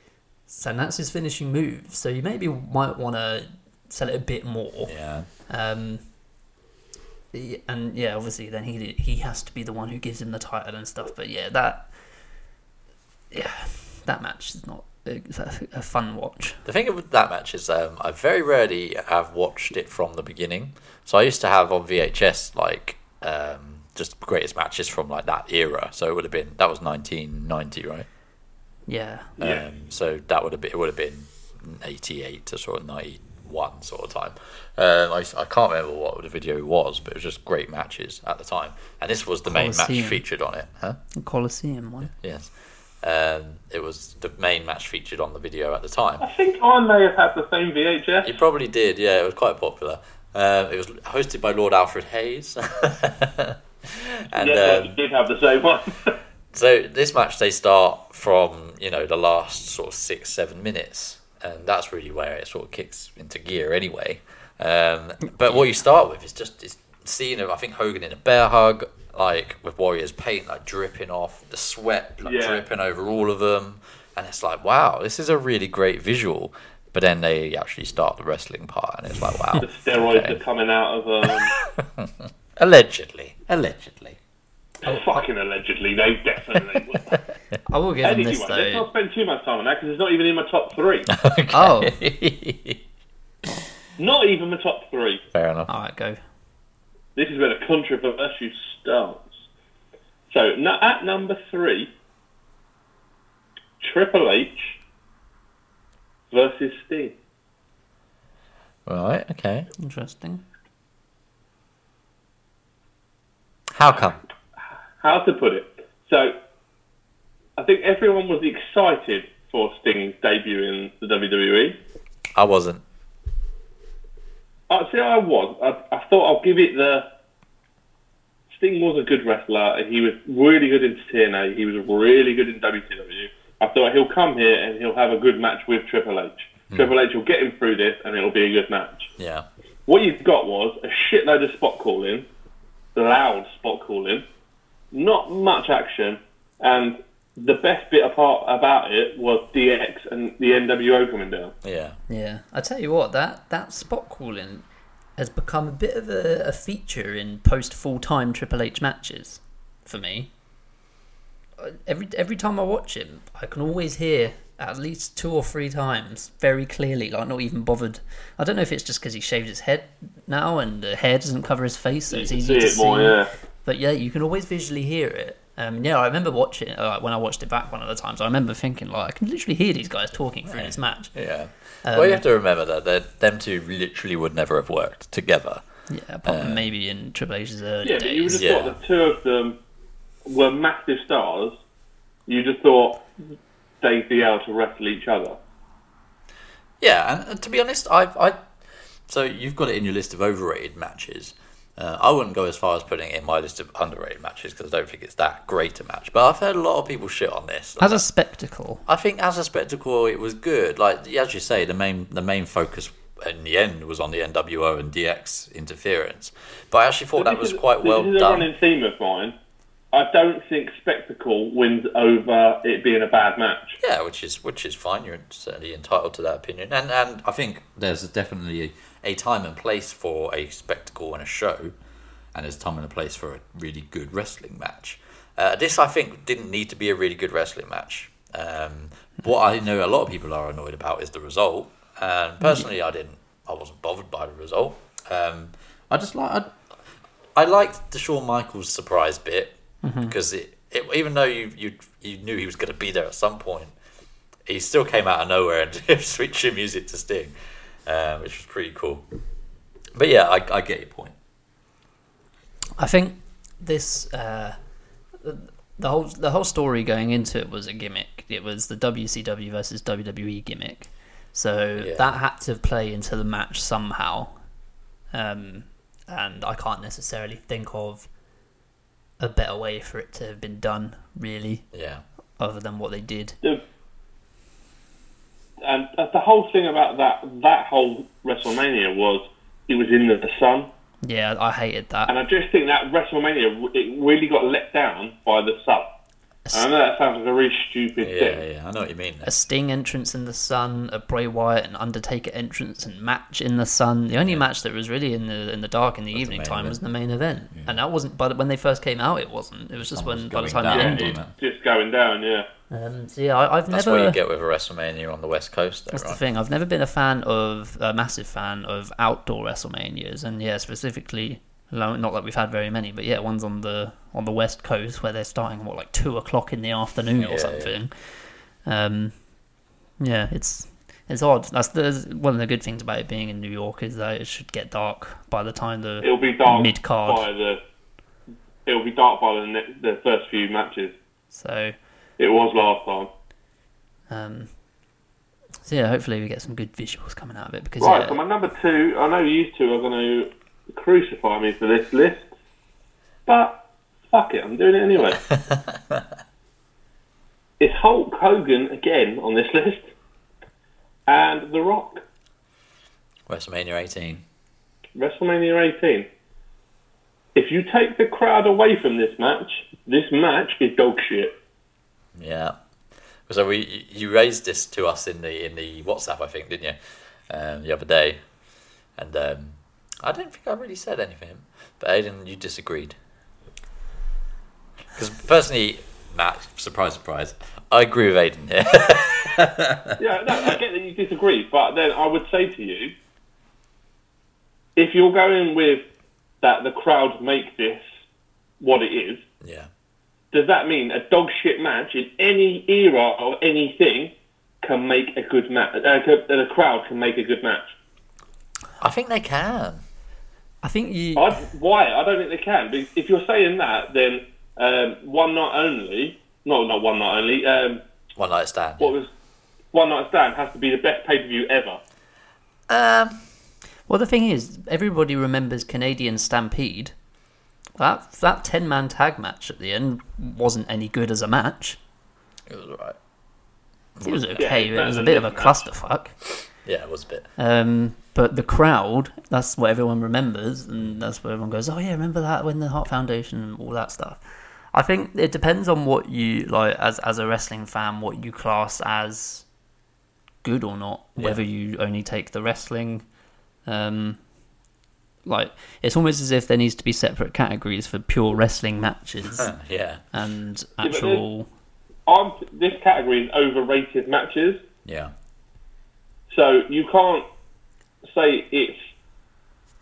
So that's his finishing move. So you maybe might want to sell it a bit more. Yeah. Um, y- and yeah, obviously, then he he has to be the one who gives him the title and stuff. But yeah, that yeah, that match is not it's a, a fun watch. The thing with that match is um, I very rarely have watched it from the beginning. So I used to have on VHS like um, just greatest matches from like that era. So it would have been that was 1990, right? Yeah, Yeah. Um, so that would have been it would have been 88 to sort of 91 sort of time. Um, I, I can't remember what the video was, but it was just great matches at the time. And this was the main match Colosseum. featured on it, huh? the Colosseum one. Yes. Um, it was the main match featured on the video at the time. I think I may have had the same VHS. It probably did, yeah. It was quite popular. Um, it was hosted by Lord Alfred Hayes. and yes, um, I did have the same one. so this match, they start from, you know, the last sort of six, seven minutes. And that's really where it sort of kicks into gear anyway. Um, but what you start with is just this scene of, I think, Hogan in a bear hug, like with Warrior's paint, like dripping off, the sweat, like Yeah. dripping over all of them. And it's like, wow, this is a really great visual. But then they actually start the wrestling part, and it's like, wow. the steroids Okay. are coming out of um, Allegedly. Allegedly. Oh. fucking allegedly. No, definitely. I will give him anyway, this let's though. not spend too much time on that because it's not even in my top three. Oh, not even my top three. Fair enough. all right, go. This is where the controversy starts. So n- at number three, Triple H versus Sting. Right, okay. Interesting. How come? How to put it? So I think everyone was excited for Sting's debut in the E. WWE. I wasn't. Actually, Uh, I was. I, I thought I'll give it the. Sting was a good wrestler. He was really good in TNA. He was really good in WCW. I thought he'll come here and he'll have a good match with Triple H. Triple H will get him through this and it'll be a good match. Yeah. What you've got was a shitload of spot calling, loud spot calling, not much action, and the best bit apart about it was DX and the NWO coming down. Yeah. Yeah, I tell you what, that that spot calling has become a bit of a, a feature in post full time Triple H matches for me. Uh, Every every time I watch him, I can always hear at least two or three times very clearly, like not even bothered. I don't know if it's just because he shaved his head now and the hair doesn't cover his face, so it's You can easy to see. more, yeah. But yeah, you can always visually hear it. Um, yeah, I remember watching it uh, when I watched it back one of the times. I remember thinking, like, I can literally hear these guys talking through this match. Yeah. Um, well, you have to remember that they- them two literally would never have worked together. Yeah, apart from maybe in Triple H's early Uh, Yeah, but you days. just Yeah. thought the two of them were massive stars. You just thought they'd be able to wrestle each other. Yeah, and, and to be honest, I, I. So you've got it in your list of overrated matches. Uh, I wouldn't go as far as putting it in my list of underrated matches because I don't think it's that great a match. But I've heard a lot of people shit on this. As a spectacle, I think as a spectacle, it was good. Like as you say, the main the main focus in the end was on the NWO and DX interference. But I actually thought that was This is- quite well This is a done. running theme of mine. I don't think spectacle wins over it being a bad match. Yeah, which is which is fine. You're certainly entitled to that opinion, and and I think there's definitely a time and place for a spectacle and a show, and there's time and a place for a really good wrestling match. Uh, this I think didn't need to be a really good wrestling match. Um, what I know a lot of people are annoyed about is the result, and personally, I didn't. I wasn't bothered by the result. Um, I just like I, I liked the Shawn Michaels surprise bit Mm-hmm. because it, it even though you you you knew he was going to be there at some point, he still came out of nowhere and switched your music to Sting, uh, which was pretty cool. But yeah, I, I get your point. I think this uh, the whole the whole story going into it was a gimmick. It was the WCW versus WWE gimmick, so Yeah. that had to play into the match somehow. Um, and I can't necessarily think of a better way for it to have been done, really, Yeah, other than what they did. The, and uh, the whole thing about that that whole WrestleMania was it was in the sun, Yeah, I hated that. and I just think that WrestleMania it really got let down by the sun. I know that sounds like a really stupid Yeah, thing. yeah, I know what you mean. a Sting entrance in the sun, a Bray Wyatt and Undertaker entrance and match in the sun. The only match that was really in the in the dark in the evening main time event. was the main event, and that wasn't. But when they first came out, it wasn't. It was just Sun was when by the going time it down. ended. wasn't Just going down, yeah. Um, so yeah, I, I've That's never. what you get with a WrestleMania on the West Coast, though, That's the right? thing. I've never been a fan of a massive fan of outdoor WrestleManias, and yeah, specifically, lo- not that we've had very many, but yeah, ones on the on the West Coast where they're starting what like two o'clock in the afternoon Yeah, or something. Um, yeah, it's it's odd. That's the, one of the good things about it being in New York is that it should get dark by the time the It'll be dark mid by card. the. It'll be dark by the, ne- the first few matches. So It was last time. um, so yeah, hopefully we get some good visuals coming out of it because Right, yeah, so my number two. I know you two are going to crucify me for this list, but fuck it, I'm doing it anyway. it's Hulk Hogan again on this list, and The Rock, WrestleMania 18. WrestleMania 18. If you take the crowd away from this match, this match is dog shit. Yeah. So we you raised this to us in the in the WhatsApp, I think, didn't you, um, the other day, and um, I don't think I really said anything, but Aidan, you disagreed. Because personally, Matt, surprise, surprise, I agree with Aidan here. Yeah, no, I get that you disagree, but then I would say to you, if you're going with that the crowd make this what it is, yeah, does that mean a dog shit match in any era of anything can make a good match? Uh, can- that a crowd can make a good match? I think they can. I think you. i why? I don't think they can. Because if you're saying that, then um, one night only, no, not one night only. Um, One night stand. what was one night stand has to be the best pay per view ever. Um, Well, the thing is, everybody remembers Canadian Stampede. That that ten man tag match at the end wasn't any good as a match. it was alright. It was okay, it's but it was a better bit of than a this clusterfuck. Yeah, it was a bit. Um, but the crowd, that's what everyone remembers, and that's where everyone goes, "Oh yeah, remember that when the Heart Foundation and all that stuff." I think it depends on what you like as as a wrestling fan, what you class as good or not. Whether you only take the wrestling, um, like it's almost as if there needs to be separate categories for pure wrestling matches yeah, and but then- actual. I'm, this category is overrated matches. yeah. So you can't say it's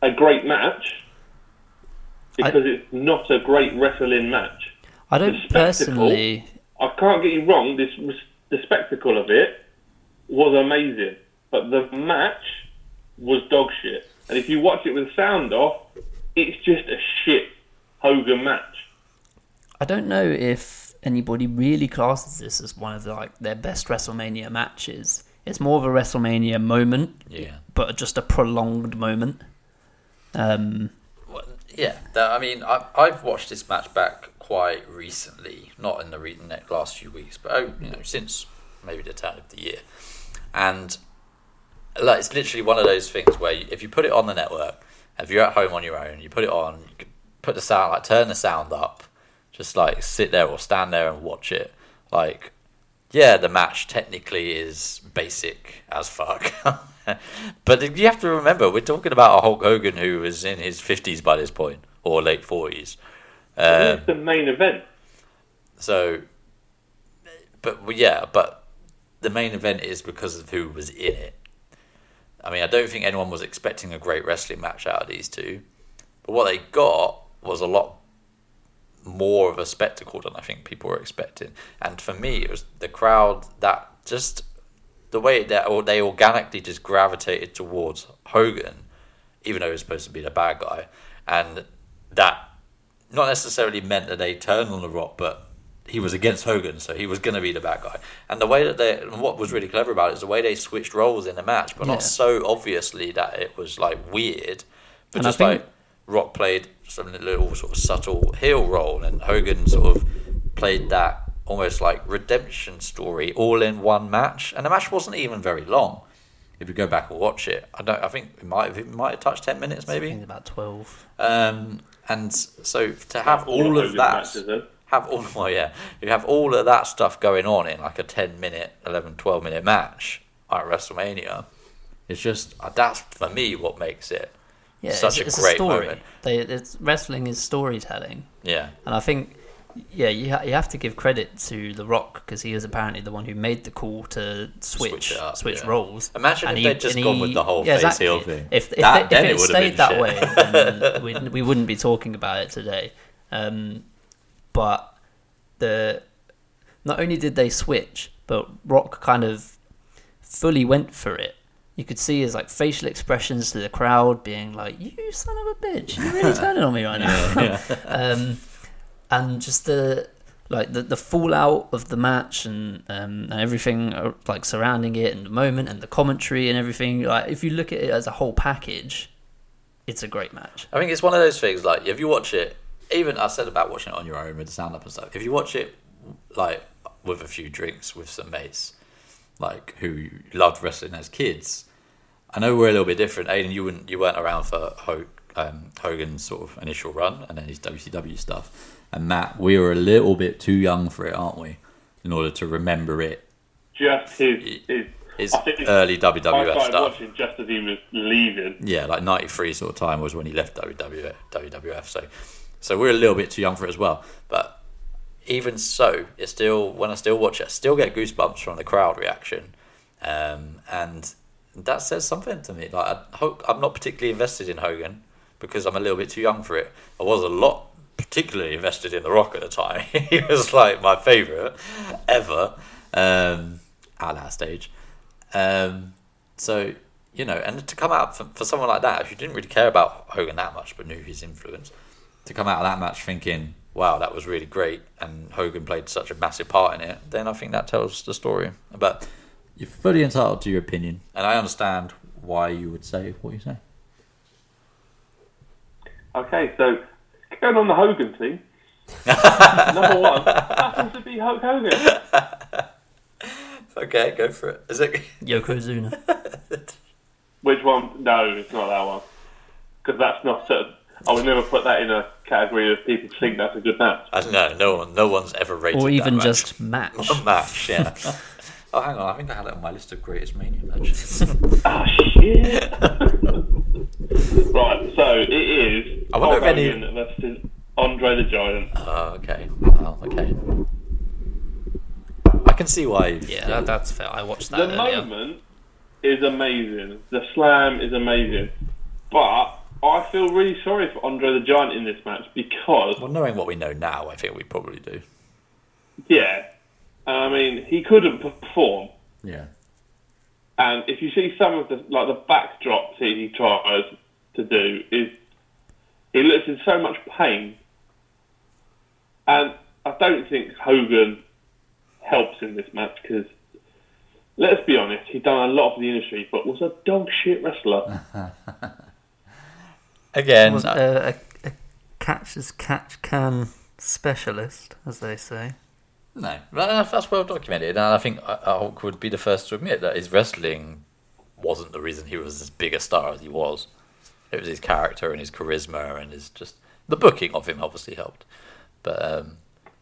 a great match because it's not a great wrestling match. I don't spectacle- personally. I can't get you wrong. This the spectacle of it was amazing, but the match was dog shit. And if you watch it with sound off, it's just a shit Hogan match. I don't know if anybody really classes this as one of the, like their best WrestleMania matches. It's more of a WrestleMania moment, Yeah. but just a prolonged moment. Um, Well, yeah, that, I mean, I, I've watched this match back quite recently, not in the re- in the last few weeks, but oh, you know, since maybe the turn of the year, and like it's literally one of those things where you, if you put it on the network, if you're at home on your own, you put it on, you could put the sound like turn the sound up, just like sit there or stand there and watch it. Like, yeah, the match technically is basic as fuck. but you have to remember, we're talking about a Hulk Hogan who was in his 50s by this point, or late 40s. Uh, It was the main event. So, but well, yeah, but the main event is because of who was in it. I mean, I don't think anyone was expecting a great wrestling match out of these two, but what they got was a lot more of a spectacle than I think people were expecting. And for me, it was the crowd that just the way that or they organically just gravitated towards Hogan, even though he was supposed to be the bad guy, and that not necessarily meant that they turned on The Rock, but he was against Hogan, so he was going to be the bad guy. And the way that they, and what was really clever about it is the way they switched roles in the match, but Yeah. not so obviously that it was like weird, but And I just think- like Rock played some little sort of subtle heel role, and Hogan sort of played that almost like redemption story all in one match, and the match wasn't even very long. If you go back and watch it, I don't. I think it might have, it might have touched ten minutes, I maybe. think about twelve. Um, and so to have All all of of Hogan's that, matches, then. have all well, yeah, you have all of that stuff going on in like a 10 minute, 11, 12 minute match at WrestleMania. It's just uh, that's for me what makes it. Yeah, Such a it's, it's great a story. moment. They, it's, wrestling is storytelling, Yeah, and I think yeah, you ha- you have to give credit to The Rock because he was apparently the one who made the call to switch Switch it switch, up, yeah. roles. Imagine And if he- they'd just and gone he- with the whole yeah, face exactly. heel thing. If if, That- they, then if it it, would've been stayed that shit. way, then we, we wouldn't be talking about it today. Um, but the not only did they switch, but Rock kind of fully went for it. You could see his like facial expressions to the crowd being like, "You son of a bitch, you're really turning on me right now." um, and just the like the, the fallout of the match and um, and everything uh, like surrounding it and the moment and the commentary and everything. Like if you look at it as a whole package, it's a great match. I think it's one of those things. Like if you watch it, even I said about watching it on your own with the stand up and stuff. If you watch it like with a few drinks with some mates, like who loved wrestling as kids, I know we're a little bit different. Aiden, you wouldn't, you weren't around for Ho- um, Hogan's sort of initial run and then his WCW stuff. And Matt, we were a little bit too young for it, aren't we? In order to remember it, Just his, his, his I think early I WWF started stuff. watching just as he was leaving. yeah, like '93 sort of time was when he left WWF. WWF. So, so we're a little bit too young for it as well. But even so, it's still when I still watch it, I still get goosebumps from the crowd reaction, um, and that says something to me. Like I hope I'm not particularly invested in Hogan because I'm a little bit too young for it. I was a lot particularly invested in The Rock at the time. he was like my favorite ever um, at that stage. Um, so you know, and to come out for, for someone like that, if you didn't really care about Hogan that much, but knew his influence, to come out of that match thinking, "Wow, that was really great," and Hogan played such a massive part in it, then I think that tells the story. But you're fully entitled to your opinion, and I understand why you would say what you say. Okay, so going on the Hogan thing. Number one, happens to be Hulk Hogan. Okay, go for it. Is it? Yokozuna. Which one? No, it's not that one. Because that's not. A, I would never put that in a category of people think that's a good match. I don't know. No one, no one's ever rated. or that even match. just match. One match. Yeah. oh, hang on. I think I had it on my list of greatest mania matches. Oh shit! right, so it is. I wonder if Hulk any- Hogan versus Andre the Giant. Oh, okay. Wow. Okay. I can see why. you've- Yeah, that, that's fair. I watched that The earlier. moment is amazing. The slam is amazing, but I feel really sorry for Andre the Giant in this match because Well, knowing what we know now, I think we probably do. yeah, I mean he couldn't perform. Yeah. And if you see some of the like the backdrops he tries to do is he looks in so much pain, and I don't think Hogan helps in this match because let's be honest, he'd done a lot for the industry, but was a dog shit wrestler. Again, was uh, a, a, a catch as catch can specialist, as they say. no, Well, that's- that's well documented, and I think uh, Hulk would be the first to admit that his wrestling wasn't the reason he was as big a star as he was. It was his character and his charisma and his just the booking of him obviously helped, but um,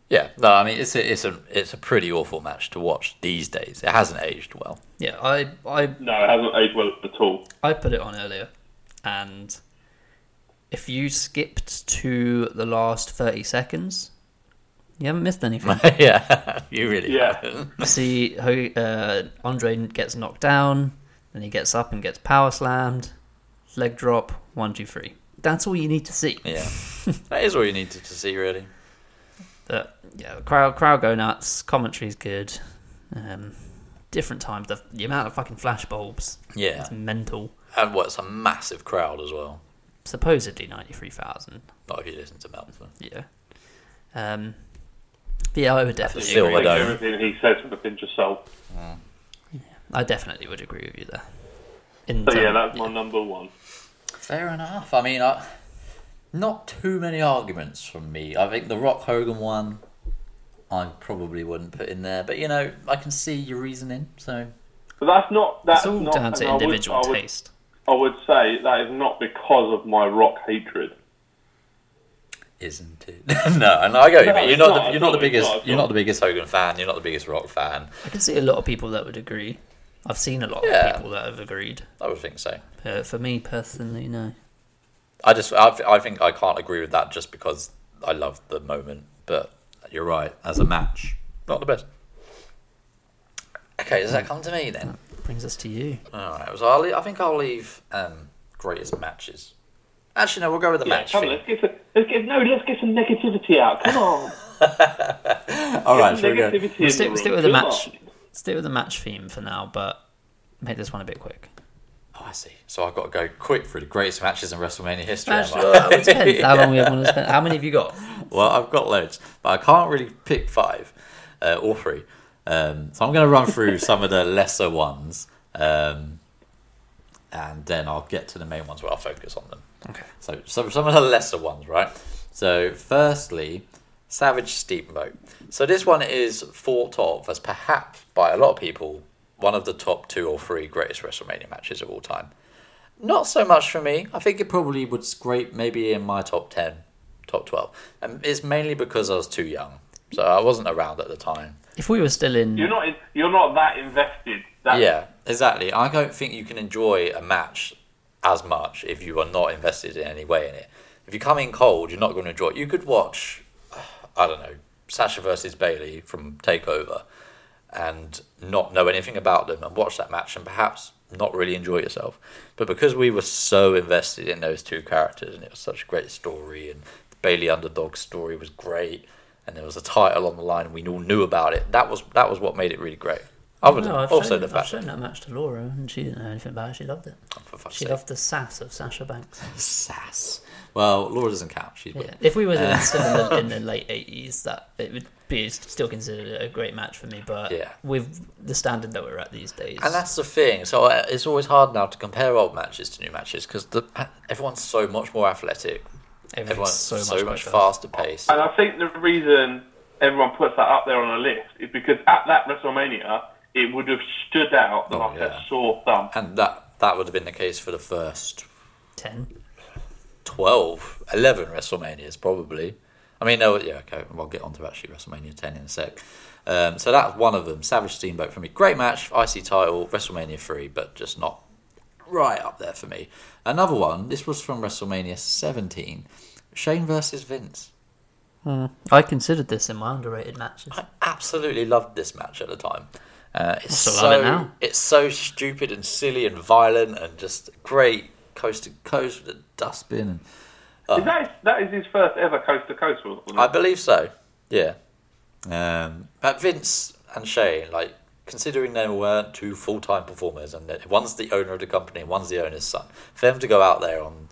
yeah, no, I mean it's a, it's a it's a pretty awful match to watch these days. It hasn't aged well. Yeah, I I no, it hasn't aged well at all. I put it on earlier, and if you skipped to the last thirty seconds, you haven't missed anything. yeah, you really Yeah. haven't. See how uh, Andre gets knocked down, then he gets up and gets power slammed, leg drop, one two three. That's all you need to see. Yeah, that is all you needed to see, really. But yeah, the crowd crowd go nuts. Commentary's good. Um, different times. The, the amount of fucking flash bulbs. Yeah, It's mental. and what's a massive crowd as well. Supposedly ninety three thousand. Not if you listen to Meltzer. Yeah. Um. But yeah, I would definitely. Still, agree. I Take don't. everything he says with a pinch of salt. I definitely would agree with you there. In So term- yeah, that's my number one. Fair enough. I mean, I, not too many arguments from me. I think the Rock Hogan one, I probably wouldn't put in there. But you know, I can see your reasoning. So But that's not that's It's all not, down to and I would- individual I would, taste. I would say that is not because of my rock hatred. isn't it? no, and I go. with you, No, mate. you're it's not. not, the, you're not it's the not, it's biggest. not, it's you're not not. the biggest Hogan fan. You're not the biggest Rock fan. I can see a lot of people that would agree. I've seen a lot Yeah. of people that have agreed. I would think so. Uh, for me personally, no. I just. I, th- I think I can't agree with that just because I love the moment. But you're right. As a match, not the best. Okay, does that come to me then? Brings us to you. All right. So I'll leave, I think I'll leave um, greatest matches. Actually, no. We'll go with the Yeah, match. come on, thing. let's get some, let's get, no, let's get some negativity out. Come on. All right. Some shall we go? negativity in We'll stick, the we'll stick room. with the Come match. on. Stick with the match theme for now, but make this one a bit quick. Oh, I see. So I've got to go quick through the greatest matches in WrestleMania history. am I? Actually, well, it depends how long we want to spend. How many have you got? Well, I've got loads, but I can't really pick five uh, or three. Um, so I'm going to run through some of the lesser ones, um, and then I'll get to the main ones where I'll focus on them. Okay. So some some of the lesser ones, right? So firstly, Savage Steamboat. So this one is thought of as perhaps by a lot of people one of the top two or three greatest WrestleMania matches of all time. Not so much for me. I think it probably would scrape maybe in my top ten, top twelve, and it's mainly because I was too young, so I wasn't around at the time. If we were still in, You're not. In, you're not that invested. That, Yeah, exactly. I don't think you can enjoy a match as much if you are not invested in any way in it. If you come in cold, you're not going to enjoy it. You could watch, I don't know, Sasha versus Bailey from Takeover, and not know anything about them and watch that match and perhaps not really enjoy yourself. But because we were so invested in those two characters and it was such a great story and the Bailey underdog story was great and there was a title on the line and we all knew about it, that was that was what made it really great. Other than no, I've also shown, the I've fact shown that match to Laura, and she didn't know anything about it. She loved it. for fuck's She sake. loved the sass of Sasha Banks. sass. Well, Laura doesn't count. She's Yeah. If we were still in the, in the late eighties, that it would be still considered a great match for me. But Yeah. with the standard that we're at these days, And that's the thing. So uh, it's always hard now to compare old matches to new matches because everyone's so much more athletic. everything's Everyone's so so much, much, quicker. faster paced. And I think the reason everyone puts that up there on a list is because at that WrestleMania, it would have stood out Oh, like yeah. a sore thumb. And that that would have been the case for the first Ten. 12, 11 WrestleManias, probably. I mean, no, yeah, okay, we'll get on to actually WrestleMania 10 in a sec. Um, so that's one of them. Savage Steamboat for me. Great match, IC title, WrestleMania 3, but just not right up there for me. Another one, this was from WrestleMania 17. Shane versus Vince. I considered this in my underrated matches. I absolutely loved this match at the time. Uh, it's still so love it now. it's so stupid and silly and violent and just great coast to coast with a dustbin and Uh. Is that his- that is his first ever coast to coast? wasn't I it? believe so. Yeah. Um, but Vince and Shane, like, considering they weren't two full time performers, and that one's the owner of the company, and one's the owner's son, for them to go out there on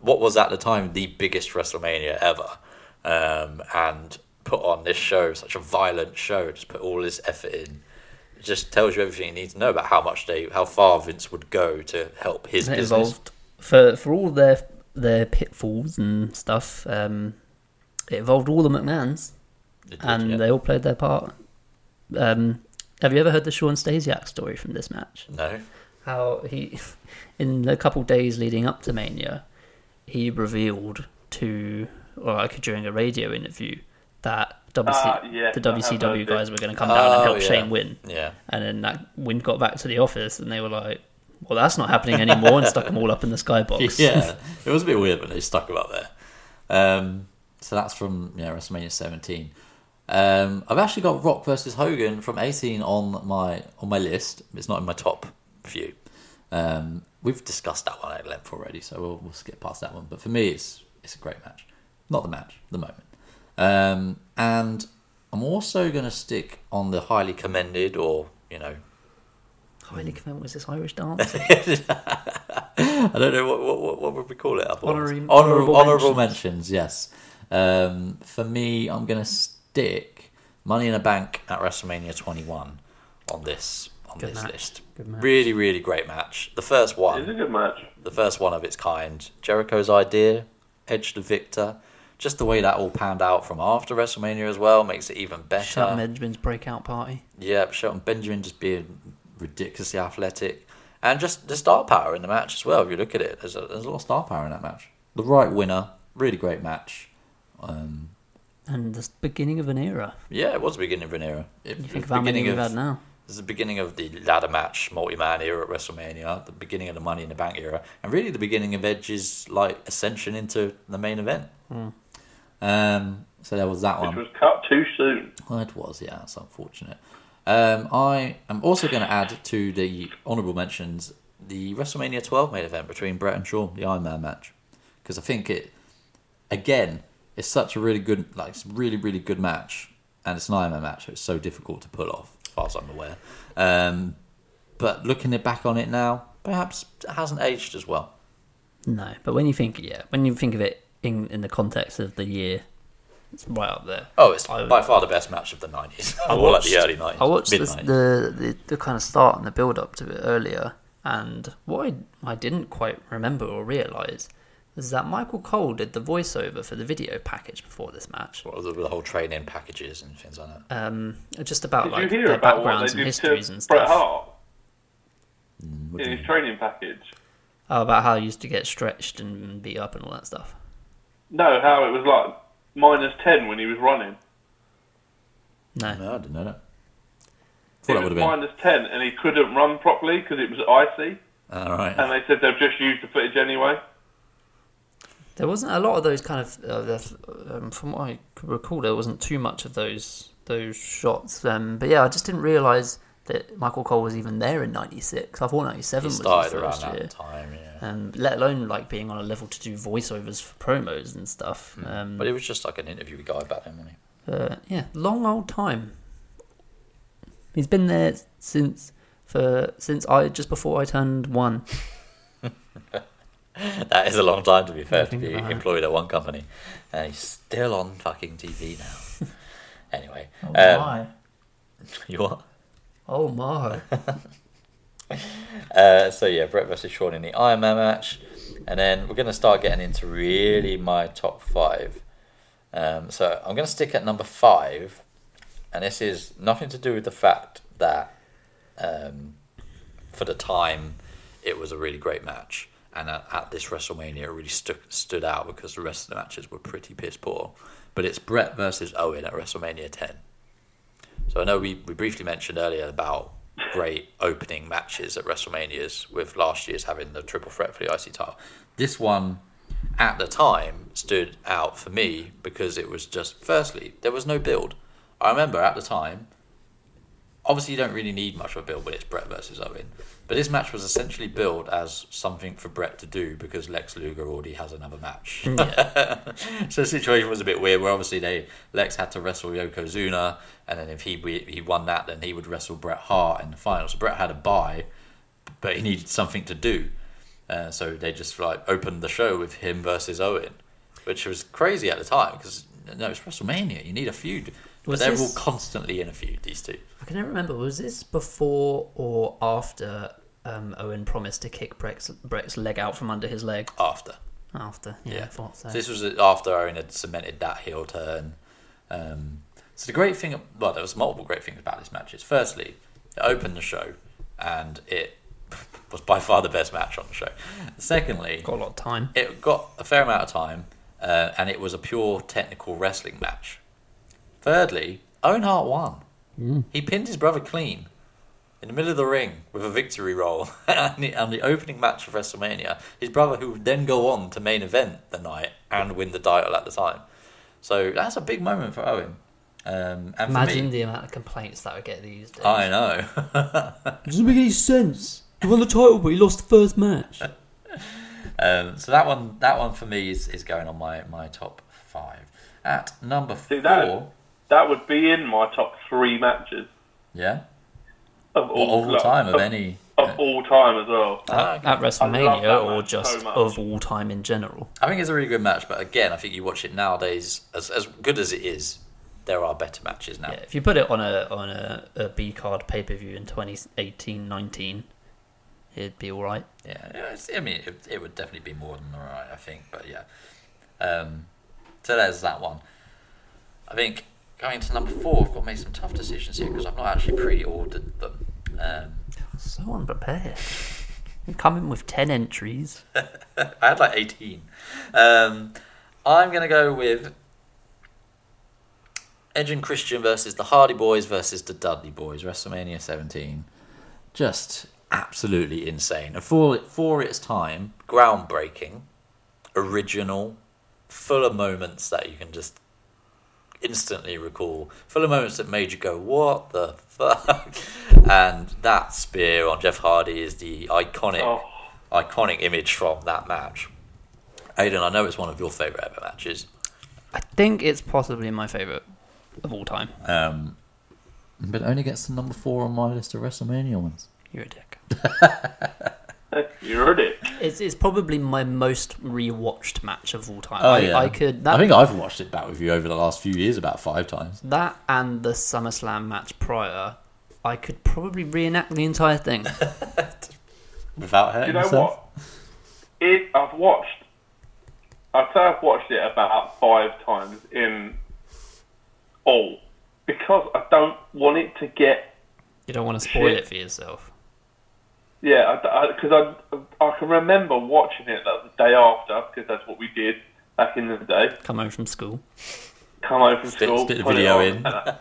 what was at the time the biggest WrestleMania ever, um, and put on this show, such a violent show, just put all this effort in. It just tells you everything you need to know about how much they, how far Vince would go to help his It business. involved for for all their their pitfalls and stuff. Um, it involved all the McMahons, It did, and yeah. they all played their part. Um, have you ever heard the Sean Stasiak story from this match? no, How he, in the couple days leading up to Mania, he revealed to, or like during a radio interview, that WC, Ah, yes, the I have WCW heard guys this. were going to come down and Oh, help yeah. Shane win. yeah. And then that wind got back to the office, and they were like, "Well, that's not happening anymore," and stuck them all up in the skybox. yeah, it was a bit weird, but they stuck him up there. Um, so that's from yeah, WrestleMania 17. Um, I've actually got Rock versus Hogan from 18 on my on my list. It's not in my top few. Um, we've discussed that one at length already, so we'll, we'll skip past that one. But for me, it's it's a great match. Not the match, the moment. Um, and I'm also going to stick on the highly commended or you know Highly commend was this Irish dance. I don't know what what, what, what would we call it. otherwise? Honorary- honorable, honorable honorable mentions. Yes. Um, for me, I'm going to stick Money in a Bank at WrestleMania 21 on this on Good this match. list. Good match. Really, really great match. The first It's a one, good match. the first one of its kind. Jericho's idea, Edge the victor. Just the way that all panned out from after WrestleMania as well makes it even better. Shelton Benjamin's breakout party. Yeah, Shelton Benjamin just being ridiculously athletic, and just the star power in the match as well. If you look at it, there's a, there's a lot of star power in that match. The right winner, really great match. Um, And the beginning of an era. yeah, it was the beginning of an era. It, You was think the of how many beginning we've of- had now. This is the beginning of the ladder match multi-man era at WrestleMania, the beginning of the Money in the Bank era, and really the beginning of Edge's like ascension into the main event. Hmm. Um, so there was that Which one. was cut too soon. Well, it was, yeah, it's unfortunate. Um, I am also going to add to the honourable mentions the WrestleMania 12 main event between Brett and Shawn, the Iron Man match, because I think it, again, it's such a really good, like, it's a really really good match, and it's an Iron Man match, so it's so difficult to pull off, as far as I'm aware. Um, but looking it back on it now, perhaps it hasn't aged as well. No, but when you think, yeah, when you think of it in in the context of the year, it's right up there. Oh, it's I- by far the best match of the 90s, I or like watched- the early 90s. I watched this, mid-nineties. the, the the kind of start and the build up to it earlier, and what I, I didn't quite remember or realize is that Michael Cole did the voiceover for the video package before this match. Well, the, the whole training packages and things like that. Um, just about Did like you hear their about what backgrounds they and did histories to and Bret stuff. Hart Mm, What do in you his training package? Oh, about how he used to get stretched and beat up and all that stuff. No, how it was like minus ten when he was running. No, No, I didn't know that. It Thought that was would have been. minus ten, and he couldn't run properly because it was icy. All right. Um, And they said they've just used the footage anyway. There wasn't a lot of those kind of. Uh, the- um, from what I could recall, there wasn't too much of those those shots. Um, but yeah, I just didn't realise that Michael Cole was even there in '96. I thought '97 He was started his around first that year. time, yeah. Um, let alone like being on a level to do voiceovers for promos and stuff. Um, Hmm. But it was just like an interview guy back then, wasn't he? uh, yeah, long old time. He's been there since for since I just before I turned one. That is a long time, to be fair, to think be about it. employed at one company. And he's still on fucking TV now. anyway. Oh um, my! You what? Oh my! Uh, so yeah, Brett versus Sean in the Iron Man match, and then we're going to start getting into really my top five. Um, so I'm going to stick at number five, and this is nothing to do with the fact that um, for the time it was a really great match, and at, at this WrestleMania it really stuck, stood out because the rest of the matches were pretty piss poor. But it's Brett versus Owen at WrestleMania 10. So I know we, we briefly mentioned earlier about great opening matches at WrestleManias, with last year's having the triple threat for the IC title. This one, at the time, stood out for me because it was just, firstly, there was no build. I remember at the time, obviously you don't really need much of a build when it's Brett versus Owen, but this match was essentially billed as something for Brett to do because Lex Luger already has another match. so the situation was a bit weird where obviously they Lex had to wrestle Yokozuna, and then if he we- he won that, then he would wrestle Bret Hart in the final. So Bret had a bye, but he needed something to do. Uh, so they just like opened the show with him versus Owen, which was crazy at the time because no, it's WrestleMania. You need a feud. But Was they're this- all constantly in a feud. These two. I can never remember. Was this before or after um, Owen promised to kick Breck's, Breck's leg out from under his leg? after. After, yeah, I thought so. This was after Owen had cemented that heel turn. Um, so the great thing, well, there was multiple great things about this match. Is firstly, it opened the show, and it was by far the best match on the show. Secondly, Got a lot of time. it got a fair amount of time, uh, and it was a pure technical wrestling match. Thirdly, Owen Hart won. He pinned his brother clean in the middle of the ring with a victory roll and the, and the opening match of WrestleMania. His brother, who would then go on to main event the night and win the title at the time. So that's a big moment for Owen. Um, and Imagine for me, the amount of complaints that I get these days. I know. doesn't make any sense. He won the title, but he lost the first match. um, so that one, that one for me is, is going on my, my top five. At number See, four, that- That would be in my top three matches yeah. of Well, all, all the like, time of any. of all time as well. Ah, At love that WrestleMania, or match just so much. of all time in general. I think it's a really good match, but again, I think you watch it nowadays. As as good as it is, there are better matches now. Yeah, if you put it on a on a, a B card pay per view in 2018-19, it'd be all right. Yeah, it's, I mean, it, it would definitely be more than alright, I think. But yeah, um, so there's that one. I think going to number four, I've got to make some tough decisions here because I've not actually pre-ordered them. Um, So unprepared. I'm coming with ten entries. I had like 18. Um, I'm going to go with Edge and Christian versus the Hardy Boys versus the Dudley Boys, WrestleMania 17. Just absolutely insane. And for, for its time, groundbreaking, original, full of moments that you can just instantly recall, full of moments that made you go, what the fuck? And that spear on Jeff Hardy is the iconic, Oh. iconic image from that match. Aidan, I know it's one of your favourite ever matches. I think it's possibly my favourite of all time. Um, but it only gets to number four on my list of WrestleMania ones. You're a dick. You heard it. It's, it's probably my most rewatched match of all time. Oh, I, yeah. I could that I think I've watched it back with you over the last few years about five times. that and the SummerSlam match prior. I could probably reenact the entire thing. Without hurting You know what? It. I've watched. I'd say I've watched it about five times in all because I don't want it to get You don't want to spoil Shit. it for yourself. Yeah, because I, I, I, can remember watching it like, the day after because that's what we did back in the day. Come home from school. Come home from Spit- school, spit the put it video on, in. and I,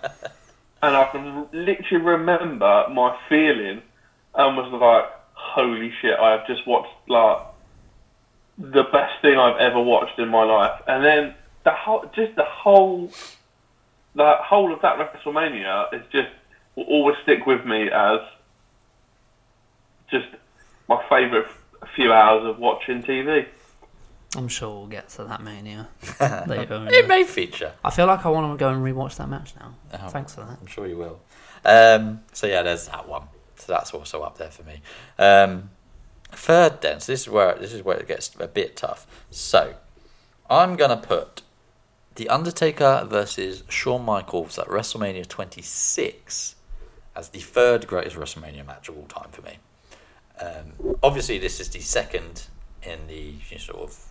and I can literally remember my feeling and was like, "Holy shit! I have just watched like the best thing I've ever watched in my life." And then the whole, just the whole, the whole of that WrestleMania is just will always stick with me as just my favourite few hours of watching TV. I'm sure we'll get to that mania later. on. It may feature. I feel like I want to go and rewatch that match now. Oh. Thanks for that. I'm sure you will. Um, so yeah, there's that one. So that's also up there for me. Um, third, then. So this is where this is where it gets a bit tough. So I'm gonna put the Undertaker versus Shawn Michaels at WrestleMania 26 as the third greatest WrestleMania match of all time for me. Um, obviously, this is the second in the you know, sort of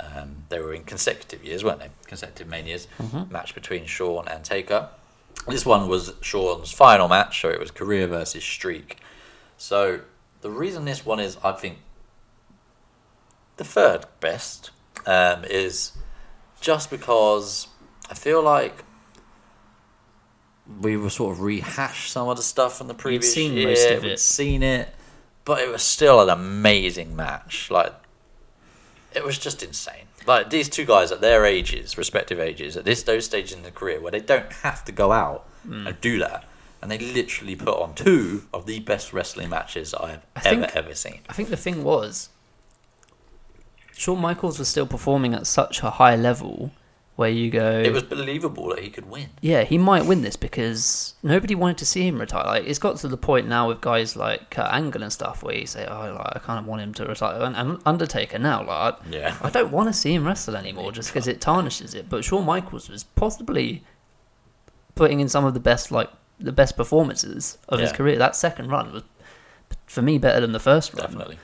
um, they were in consecutive years, weren't they? Consecutive manias Mm-hmm. match between Shawn and Taker. This one was Sean's final match, so it was career versus streak. So the reason this one is, I think, the third best um, is just because I feel like we were sort of rehashed some of the stuff from the previous seen year. most of We'd it. seen it, but it was still an amazing match. Like it was just insane. Like these two guys at their ages, respective ages, at this those stages in their career where they don't have to go out Hmm. and do that, and they literally put on two of the best wrestling matches I have I ever think- ever seen. I think the thing was, Shawn Michaels was still performing at such a high level where you go, It was believable that he could win. yeah, he might win this because nobody wanted to see him retire. Like it's got to the point now with guys like Kurt Angle and stuff where you say, oh, like, I kind of want him to retire. And, and Undertaker now, like, Yeah. I don't want to see him wrestle anymore just because it tarnishes it. But Shawn Michaels was possibly putting in some of the best, like the best performances of his Yeah. career. That second run was, for me, better than the first run. Definitely.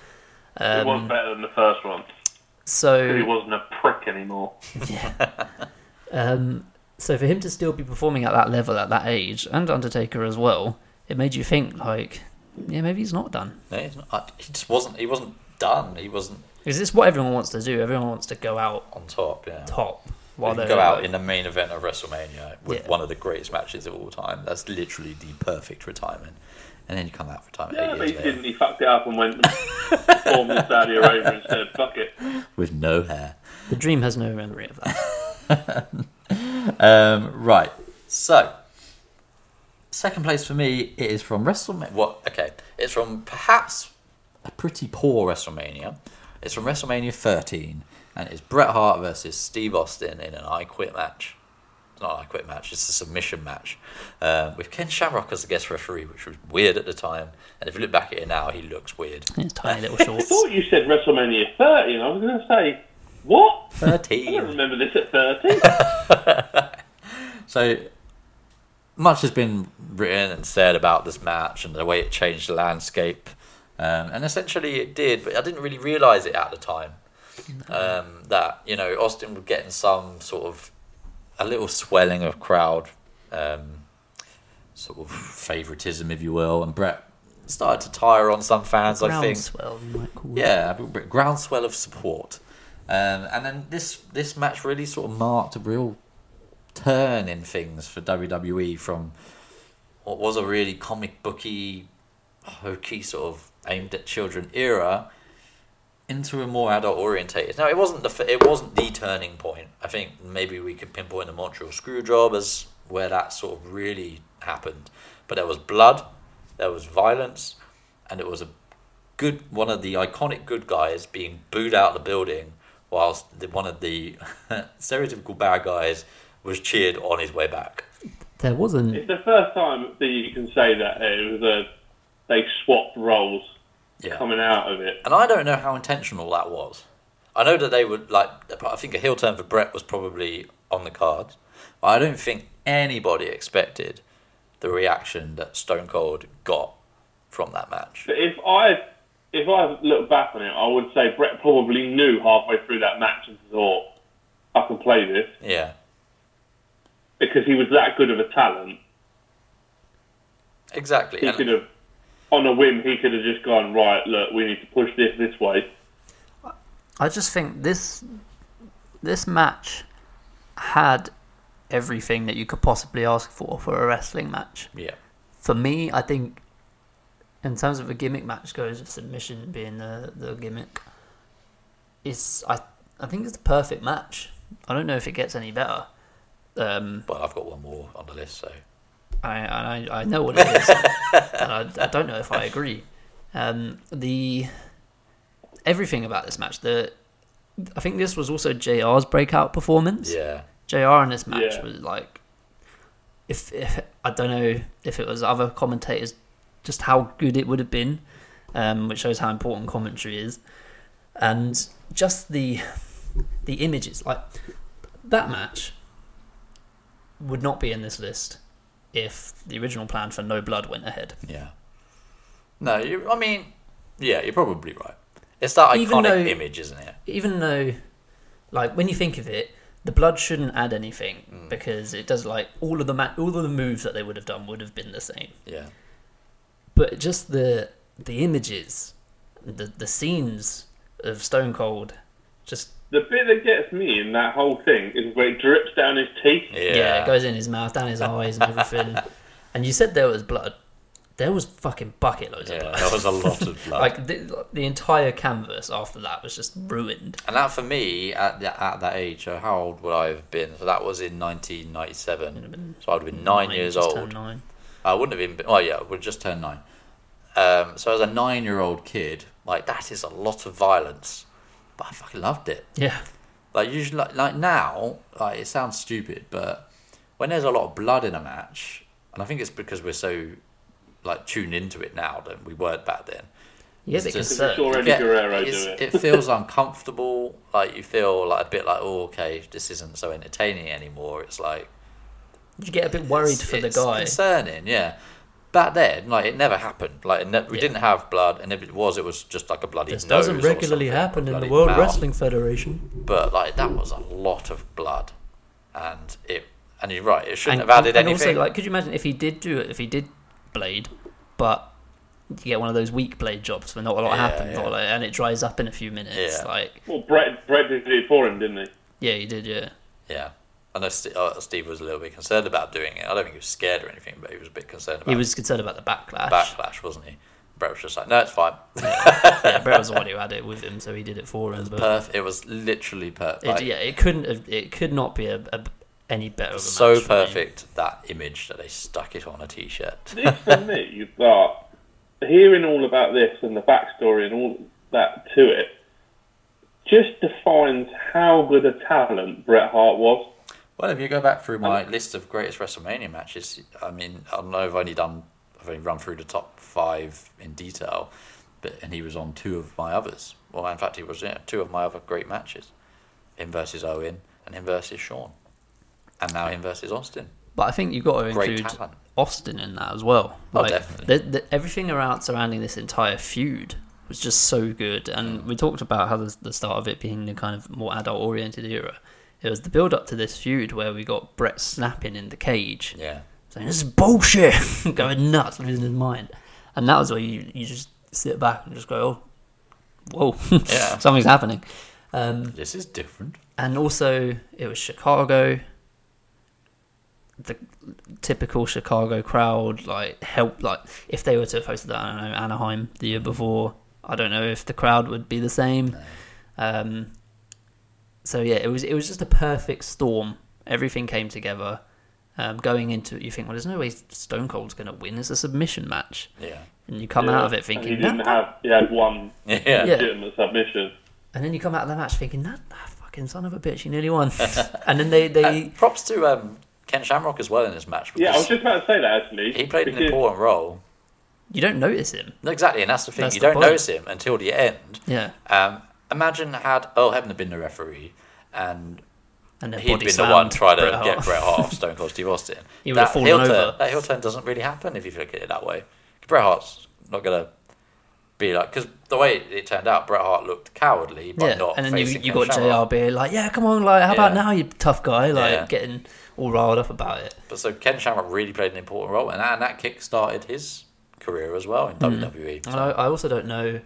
it was better than the first one. So He wasn't a prick anymore. Um, so for him to still be performing at that level at that age, and Undertaker as well, it made you think like, yeah, maybe he's not done. No, he's not, I- he just wasn't. He wasn't done. He wasn't Is this what everyone wants to do? Everyone wants to go out on top. Yeah. top while uh, You they can go out in the main event of WrestleMania with Yeah. one of the greatest matches of all time. That's literally the perfect retirement. And then you come out of retirement Yeah, eight but years he later didn't. He fucked it up and went and formed in Saudi Arabia and said, fuck it. with no hair. The dream has no memory of that. Um, right. So, second place for me it is from WrestleMania. What? okay, it's from perhaps a pretty poor WrestleMania. It's from WrestleMania 13, and it's Bret Hart versus Steve Austin in an I Quit match. It's not an I Quit match; it's a submission match um, with Ken Shamrock as the guest referee, which was weird at the time. And if you look back at it now, he looks weird. His tiny little I shorts. thought you said WrestleMania 30, and I was going to say, what? I don't 13. remember this at 30. So much has been written and said about this match and the way it changed the landscape, um, and essentially it did. But I didn't really realize it at the time um, that you know Austin was getting some sort of a little swelling of crowd, um, sort of favoritism, if you will, and Brett started to tire on some fans. I think Groundswell, you might call it. yeah, a bit- bit groundswell of support. Um, and then this this match really sort of marked a real turn in things for WWE from what was a really comic booky, hokey sort of aimed at children era into a more adult orientated. Now it wasn't the f- it wasn't the turning point. I think maybe we could pinpoint the Montreal Screwjob as where that sort of really happened. But there was blood, there was violence, and it was a good one of the iconic good guys being booed out of the building, whilst the, one of the stereotypical bad guys was cheered on his way back. There wasn't. It's the first time that you can say that eh, it was a they swapped roles Yeah. coming out of it. And I don't know how intentional that was. I know that they would like. I think a heel turn for Brett was probably on the cards. But I don't think anybody expected the reaction that Stone Cold got from that match. But if I if I look back on it, I would say Brett probably knew halfway through that match and thought, "I can play this," Yeah, because he was that good of a talent. exactly. He And- could have, on a whim, he could have just gone right. Look, we need to push this this way. I just think this this match had everything that you could possibly ask for for a wrestling match. yeah, for me, I think in terms of a gimmick match goes with submission being the, the gimmick. It's I I think it's the perfect match. I don't know if it gets any better. Um, well, I've got one more on the list. So I and I, I know what it is, and I, I don't know if I agree. Um, the everything about this match. The I think this was also Jr's breakout performance. yeah, JR in this match Yeah. was like, if, if I don't know if it was other commentators, just how good it would have been, um, which shows how important commentary is, and just the the images like that match would not be in this list if the original plan for No Blood went ahead. yeah. No, you, I mean, yeah, you're probably right. It's that Even iconic though- image, isn't it? even though like when you think of it the blood shouldn't add anything because it does like all of the ma- all of the moves that they would have done would have been the same Yeah, but just the the images the the scenes of stone cold just The bit that gets me in that whole thing is where it drips down his teeth. yeah. yeah, it goes in his mouth down his eyes and everything and you said there was blood there was fucking bucket loads yeah, of blood that was a lot of blood. like the, the entire canvas after that was just ruined And that for me at the, at that age, so how old would I have been? So that was in 1997. So I'd have been nine, years just old. turned nine. I wouldn't have been. Oh yeah, I would have just turned nine. Um, so as a nine-year-old kid, like that is a lot of violence, but I fucking loved it. yeah Like usually, like, like now, like it sounds stupid, but when there's a lot of blood in a match, and I think it's because we're so like tuned into it now than we weren't back then. yeah It's they just- concerned. Sure, Eddie Guerrero do it's- it. feels uncomfortable. Like you feel like a bit like, oh, okay, this isn't so entertaining anymore. It's like you get a bit worried it's- for the it's guy Concerning, yeah. Back then, like it never happened. Like it ne- we Yeah. didn't have blood, and if it was, it was just like a bloody. This nose doesn't or regularly something, or happen in the bloody World mouth. Wrestling Federation. But like that was a lot of blood, and it and you're right. It And, shouldn't have added and anything. also, like, could you imagine if he did do it? If he did blade, but you get one of those weak blade jobs where not a lot Yeah, happens, not a yeah. lot- and it dries up in a few minutes. Yeah. Like, Well, Brett Brett did it for him, didn't he? yeah, he did. Yeah, yeah. I know St- uh, Steve was a little bit concerned about doing it. I don't think he was scared or anything, but he was a bit concerned about he was concerned about the backlash. backlash, wasn't he? Brett was just like, no, it's fine. yeah, Brett was the one who had it with him, so he did it for him. But Perf- it was literally perfect. it, yeah, it couldn't. Have, it could not be a, a, any better. Of a so match for me. perfect that image that they stuck it on a t-shirt. This for me, you've got hearing all about this and the backstory and all that to it. Just defines how good a talent Bret Hart was. Well, if you go back through my list of greatest WrestleMania matches, I mean, I don't know I've only done, I've only run through the top five in detail, but and he was on two of my others. Well, in fact, he was yeah, two of my other great matches, him versus Owen and him versus Shawn, and now him versus Austin. But I think you've got to Great include talent. Austin in that as well. Oh, definitely. The, the, everything around surrounding this entire feud was just so good, and we talked about how the, the start of it being the kind of more adult-oriented era. It was the build-up to this feud where we got Brett snapping in the cage, Yeah, saying "This is bullshit," going nuts, losing his mind, and that was where you you just sit back and just go, "Oh, whoa, Yeah. something's happening." Um, this is different. and also, it was Chicago. the typical Chicago crowd, like help, like if they were to have hosted that, I don't know, Anaheim the year before, I don't know if the crowd would be the same. Um, so yeah, it was it was just a perfect storm. Everything came together. Um, going into it, you think, well, there's no way Stone Cold's going to win. It's a submission match, Yeah. and you come out of it And he thinking, didn't "Nah." have. He had one Yeah. Yeah. legitimate submission. and then you come out of the match thinking, that, that fucking son of a bitch, he nearly won. and then they they And props to um, Ken Shamrock as well in his match. Yeah, I was because just about to say that actually. He played an because- important role. you don't notice him. No, exactly, and that's the thing. That's you the don't point. notice him until the end. Yeah, Um, imagine had Earl Hebner been the referee and and then he had body been the slammed one trying to Bret Hart. get Bret Hart off Stone Cold Steve Austin. He would have fallen heel Turn, over. that heel turn doesn't really happen if you look at it that way. Bret Hart's not going to be like because the way it turned out, Bret Hart looked cowardly, but yeah, not. and then you, facing you Ken got Shamrock. JR being like, yeah, come on, like, how about Yeah. now, you tough guy, like Yeah. getting all riled up about it. But so Ken Shamrock really played an important role, and that, and that kick started his career as well in Hmm. E. WWE. And I, I also don't know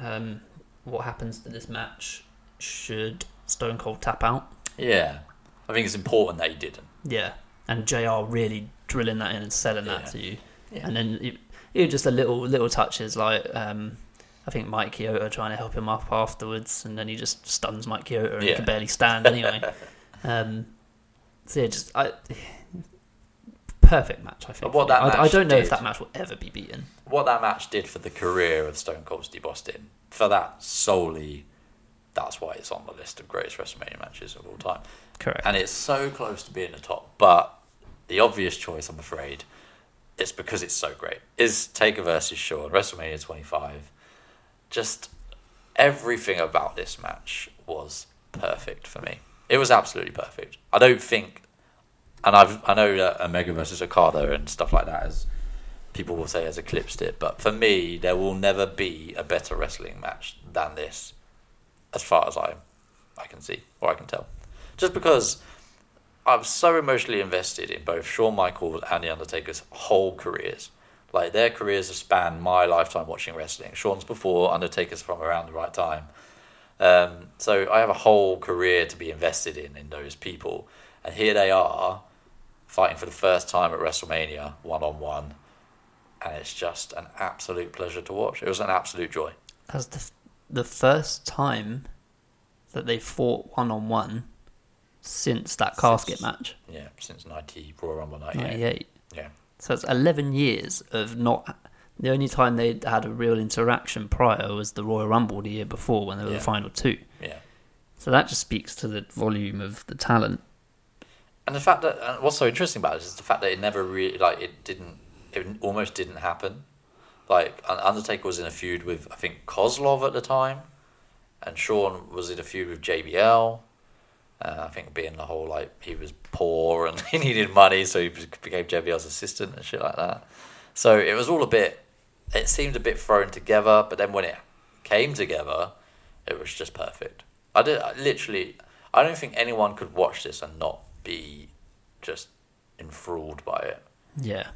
um, what happens to this match should Stone Cold tap out. Yeah, I think it's important that he didn't. Yeah, and Jr. really drilling that in and selling Yeah. that to you, Yeah. and then it, it was just a little little touches like. Um, I think Mike Kyoto trying to help him up afterwards, and then he just stuns Mike Kyoto and he Yeah. can barely stand anyway. um, so yeah, just I, perfect match. I think. But what for me. that I, I match don't know if did- that match will ever be beaten. What that match did for the career of Stone Cold Steve Austin, for that solely, that's why it's on the list of greatest WrestleMania matches of all time. Correct. And it's so close to being the top, but the obvious choice, I'm afraid, it's because it's so great, is Taker versus Shawn, WrestleMania 25. Just everything about this match was perfect for me. It was absolutely perfect. I don't think, and I've I know that Omega versus Okada and stuff like that is people will say has eclipsed it, but for me, there will never be a better wrestling match than this, as far as I I can see or I can tell, just because. I was so emotionally invested in both Shawn Michaels and The Undertaker's whole careers. Like their careers have spanned my lifetime watching wrestling. Shawn's before, Undertaker's from around the right time. Um, so I have a whole career to be invested in in those people, and here they are fighting for the first time at WrestleMania one on one, and it's just an absolute pleasure to watch. It was an absolute joy. That's the, the first time that they fought one on one since that casket match, Yeah, since ninety Royal Rumble ninety eight. 98. Yeah, So it's 11 years of not. The only time they had a real interaction prior was the Royal Rumble the year before when they were Yeah. the final two. yeah. So that just speaks to the volume of the talent. And the fact that and what's so interesting about it is the fact that it never really like it didn't it almost didn't happen. Like Un- Undertaker was in a feud with I think Kozlov at the time, and Sean was in a feud with JBL. Uh, I think being the whole like he was poor and he needed money, so he be- became JBL's assistant and shit like that. So it was all a bit. It seemed a bit thrown together, but then when it came together, it was just perfect. I did I literally. I don't think anyone could watch this and not be just enthralled by it. Yeah.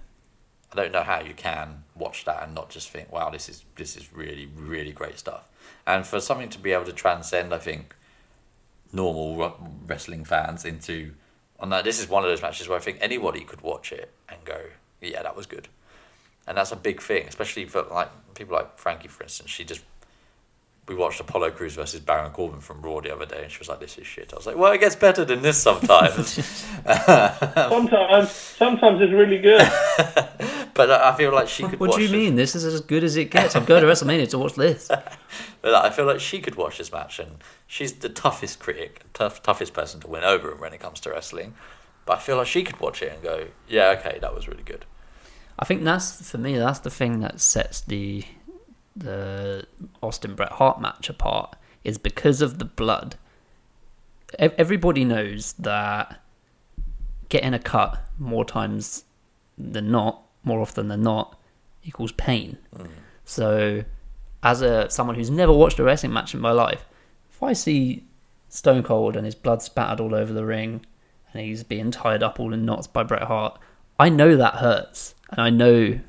I don't know how you can watch that and not just think, "Wow, this is this is really really great stuff." And for something to be able to transcend, I think normal wr- wrestling fans into, and that this is one of those matches where I think anybody could watch it and go, "Yeah, that was good," and that's a big thing, especially for like people like Frankie, for instance. She just we watched Apollo Crews versus Baron Corbin from Raw the other day, and she was like, "This is shit." I was like, "Well, it gets better than this sometimes." Sometimes, sometimes it's really good. but I I feel like she could. What watch do you this- mean? This is as good as it gets. I'm going to WrestleMania to watch this. But like, I feel like she could watch this match, and she's the toughest critic, tough, toughest person to win over when it comes to wrestling. But I feel like she could watch it and go, "Yeah, okay, that was really good." I think that's for me. That's the thing that sets the the Austin Bret Hart match apart is because of the blood. Ev- Everybody knows that getting a cut more times than not, more often than not, equals pain. So, as a someone who's never watched a wrestling match in my life, if I see Stone Cold and his blood spattered all over the ring, and he's being tied up all in knots by Bret Hart, I know that hurts, and I know,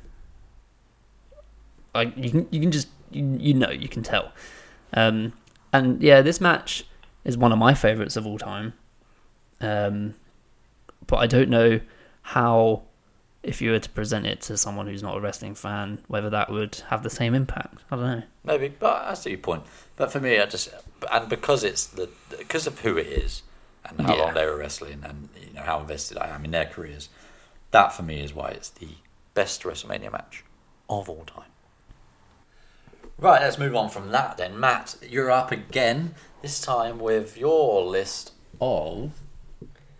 like you can you can just you, you know you can tell, um, and yeah, this match is one of my favorites of all time, um, but I don't know how, if you were to present it to someone who's not a wrestling fan, whether that would have the same impact. I don't know. Maybe, but I see your point. But for me, I just and because it's the because of who it is and how Yeah. long they were wrestling and you know how invested I am in their careers. That for me is why it's the best WrestleMania match of all time. Right, let's move on from that then. Matt, you're up again. This time with your list of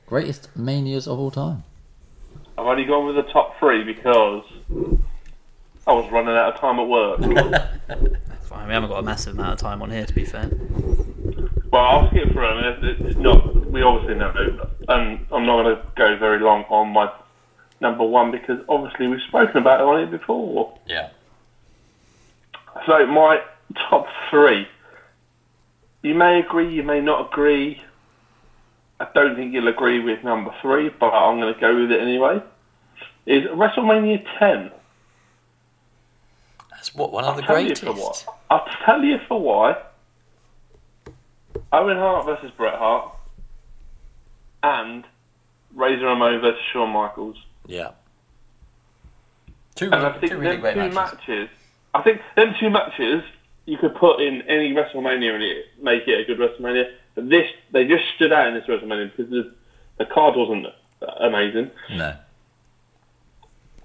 Greatest manias of all time. I've only gone with the top three because I was running out of time at work. That's fine. We haven't got a massive amount of time on here, to be fair. well, I'll skip through them. It's- it's not, we obviously know, and I'm not going to go very long on my number one because obviously we've spoken about it on it before. yeah. So my top three. You may agree, you may not agree. I don't think you'll agree with number three, but I'm going to go with it anyway. Is WrestleMania 10? That's what one of the I'll tell you greatest. for what. I'll tell you for why. Owen Hart versus Bret Hart, and Razor Ramon versus Shawn Michaels. Yeah. Two And I really, think two really them great two matches. matches. I think them two matches you could put in any WrestleMania and it, make it a good WrestleMania. But this, they just stood out in this WrestleMania because the, the card wasn't amazing, no.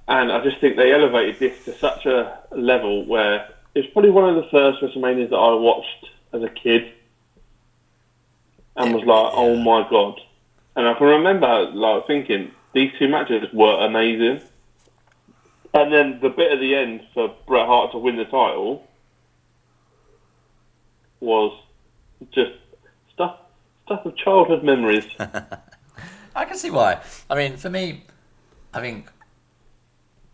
and I just think they elevated this to such a level where it's probably one of the first WrestleManias that I watched as a kid, and was It- like, oh yeah. my god! And I can remember like thinking these two matches were amazing. And then the bit at the end for Bret Hart to win the title was just stuff stuff of childhood memories. I can see why. I mean, for me, I think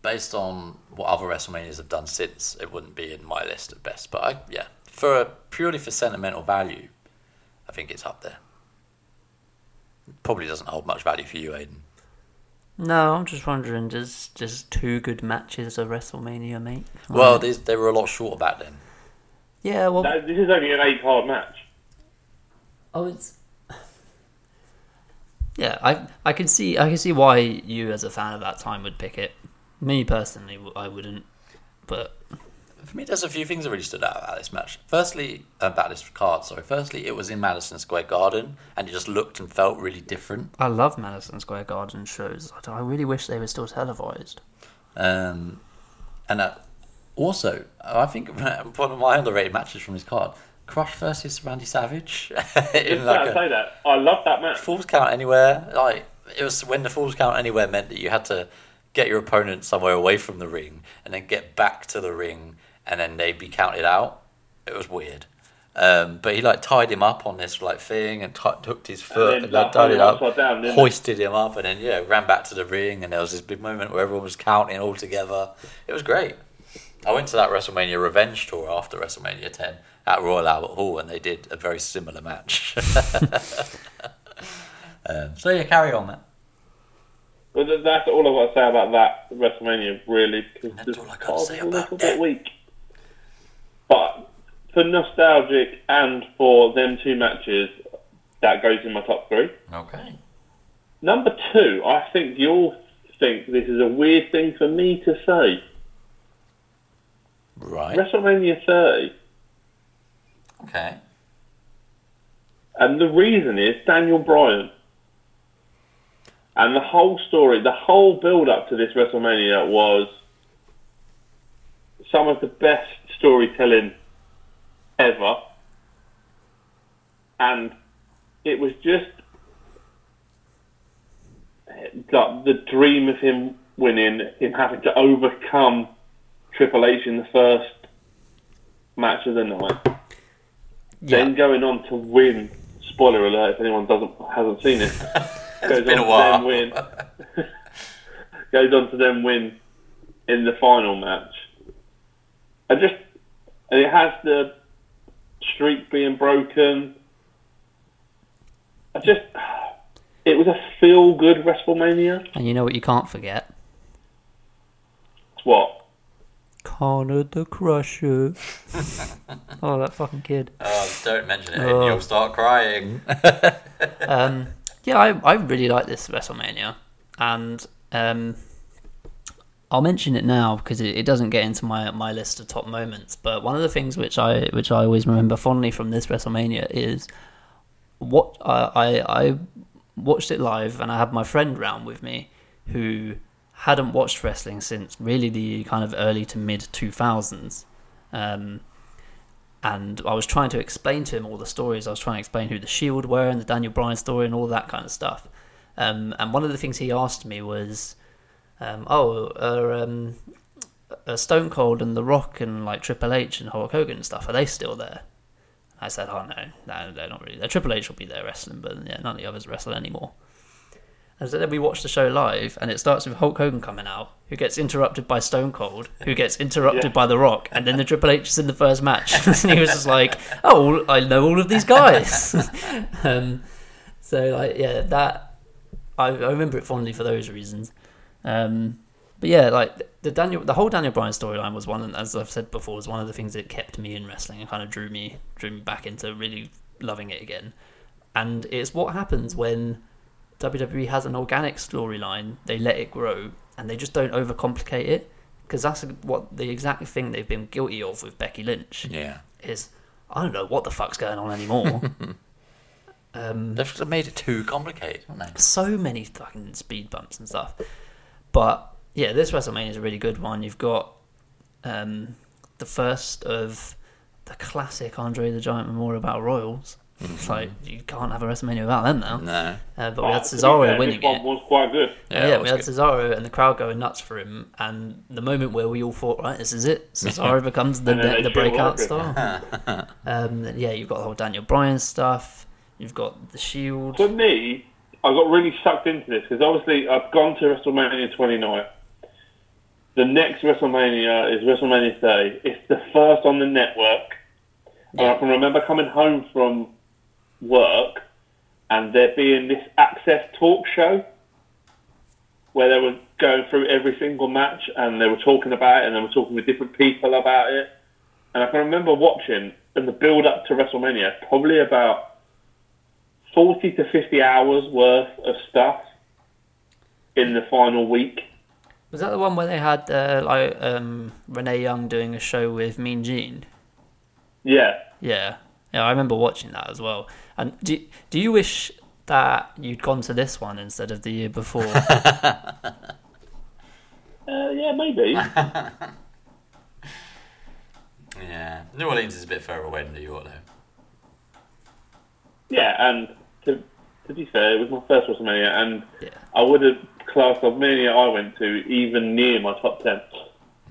based on what other WrestleManias have done since, it wouldn't be in my list of best. But I, yeah, for purely for sentimental value, I think it's up there. Probably doesn't hold much value for you, Aiden. No, I'm just wondering, does does two good matches a WrestleMania make? Well, these, they were a lot shorter back then. yeah, well, That- this is only an eight card match. Oh, it's yeah. I I can see I can see why you as a fan of that time would pick it. Me personally, w- I wouldn't. But For me, there's a few things that really stood out about this match. Firstly, about this card, sorry. Firstly, it was in Madison Square Garden, and it just looked and felt really different. I love Madison Square Garden shows. I, d- I really wish they were still televised. Um, and uh, also, I think one of my underrated matches from his card, Crush versus Randy Savage in Just like to say a that. I love that match. falls count anywhere. Like it was when the falls count anywhere meant that you had to get your opponent somewhere away from the ring and then get back to the ring and then they'd be counted out. It was weird. Um, but he like tied him up on this like thing and t- hooked his foot then, and, like, like, tied hung it him up, upside down, didn't he? hoisted him up, and then yeah, ran back to the ring. And there was this big moment where everyone was counting all together. It was great. I went to that WrestleMania Revenge tour after WrestleMania 10 at Royal Albert Hall, and they did a very similar match. um, so yeah, carry on, man. But th- that's all I've got to say about that WrestleMania, really. Because That's the all I gotta card was say a about little that. bit weak. But for nostalgic and for them two matches, that goes in my top three. Okay. Number two, I think you'll think this is a weird thing for me to say. Right. WrestleMania 30, Okay. and the reason is Daniel Bryan. And the whole story, the whole build up to this WrestleMania was some of the best storytelling ever. And it was just like the dream of him winning, him having to overcome Triple H in the first match of the night then going on to win. Spoiler alert! If anyone doesn't hasn't seen it, goes been on a while. to then win. goes on to then win in the final match. I just and it has the streak being broken. I just it was a feel good WrestleMania. And you know what? You can't forget It's what Connor the Crusher. oh, that fucking kid. Oh, don't mention it. Oh. You'll start crying. Um, yeah, I, I really like this WrestleMania, and Um, I'll mention it now because it, it doesn't get into my my list of top moments. But one of the things which I which I always remember fondly from this WrestleMania is what I I, I watched it live, and I had my friend round with me who hadn't watched wrestling since really the kind of early to mid two thousands. Um, and I was trying to explain to him all the stories. I was trying to explain who the Shield were and the Daniel Bryan story and all that kind of stuff. Um, and one of the things he asked me was, um, "Oh, are, um, are Stone Cold and The Rock and like Triple H and Hulk Hogan and stuff are they still there?" I said, "Oh no, no, they're not really there. Triple H will be there wrestling, but yeah, none of the others wrestle anymore." And so then we watched the show live, and it starts with Hulk Hogan coming out, who gets interrupted by Stone Cold, who gets interrupted Yeah. by The Rock, and then the Triple H is in the first match. and he was just like, oh, I know all of these guys. um, so, like, yeah, that, I, I remember it fondly for those reasons. Um, but yeah, like, the Daniel, the whole Daniel Bryan storyline was one, as I've said before, was one of the things that kept me in wrestling and kind of drew me, drew me back into really loving it again. And it's what happens when WWE has an organic storyline, they let it grow, and they just don't overcomplicate it. Because that's what the exact thing they've been guilty of with Becky Lynch Yeah. is, I don't know what the fuck's going on anymore. um, They've just made it too complicated, haven't they? so many fucking speed bumps and stuff. But yeah, this WrestleMania is a really good one. You've got um, the first of the classic Andre the Giant Memorial Battle Royals. It's like you can't have a WrestleMania without them now. No. Uh, but we had Ah, to be Cesaro fair, winning this one it. was quite good. Yeah, that we was had good. Cesaro and the crowd going nuts for him, and the moment where we all thought, right, this is it. Cesaro becomes the And then the, they the feel breakout like it. star. um, then, yeah, you've got the whole Daniel Bryan stuff. You've got the Shield. For me, I got really sucked into this because obviously I've gone to WrestleMania 29. The next WrestleMania is WrestleMania 30. It's the first on the network. And I can remember coming home from work and there being this access talk show where they were going through every single match and they were talking about it and they were talking with different people about it. And I can remember watching in the build up to WrestleMania probably about 40 to 50 hours worth of stuff in the final week. Was that the one where they had uh, like um, Renee Young doing a show with Mean Gene? Yeah. Yeah, yeah, I remember watching that as well. And do do you wish that you'd gone to this one instead of the year before? Uh, yeah, maybe. Yeah. New Orleans is a bit further away than New York, though. yeah, and to, to be fair, it was my first WrestleMania, and Yeah. I would have classed of mania I went to even near my top 10.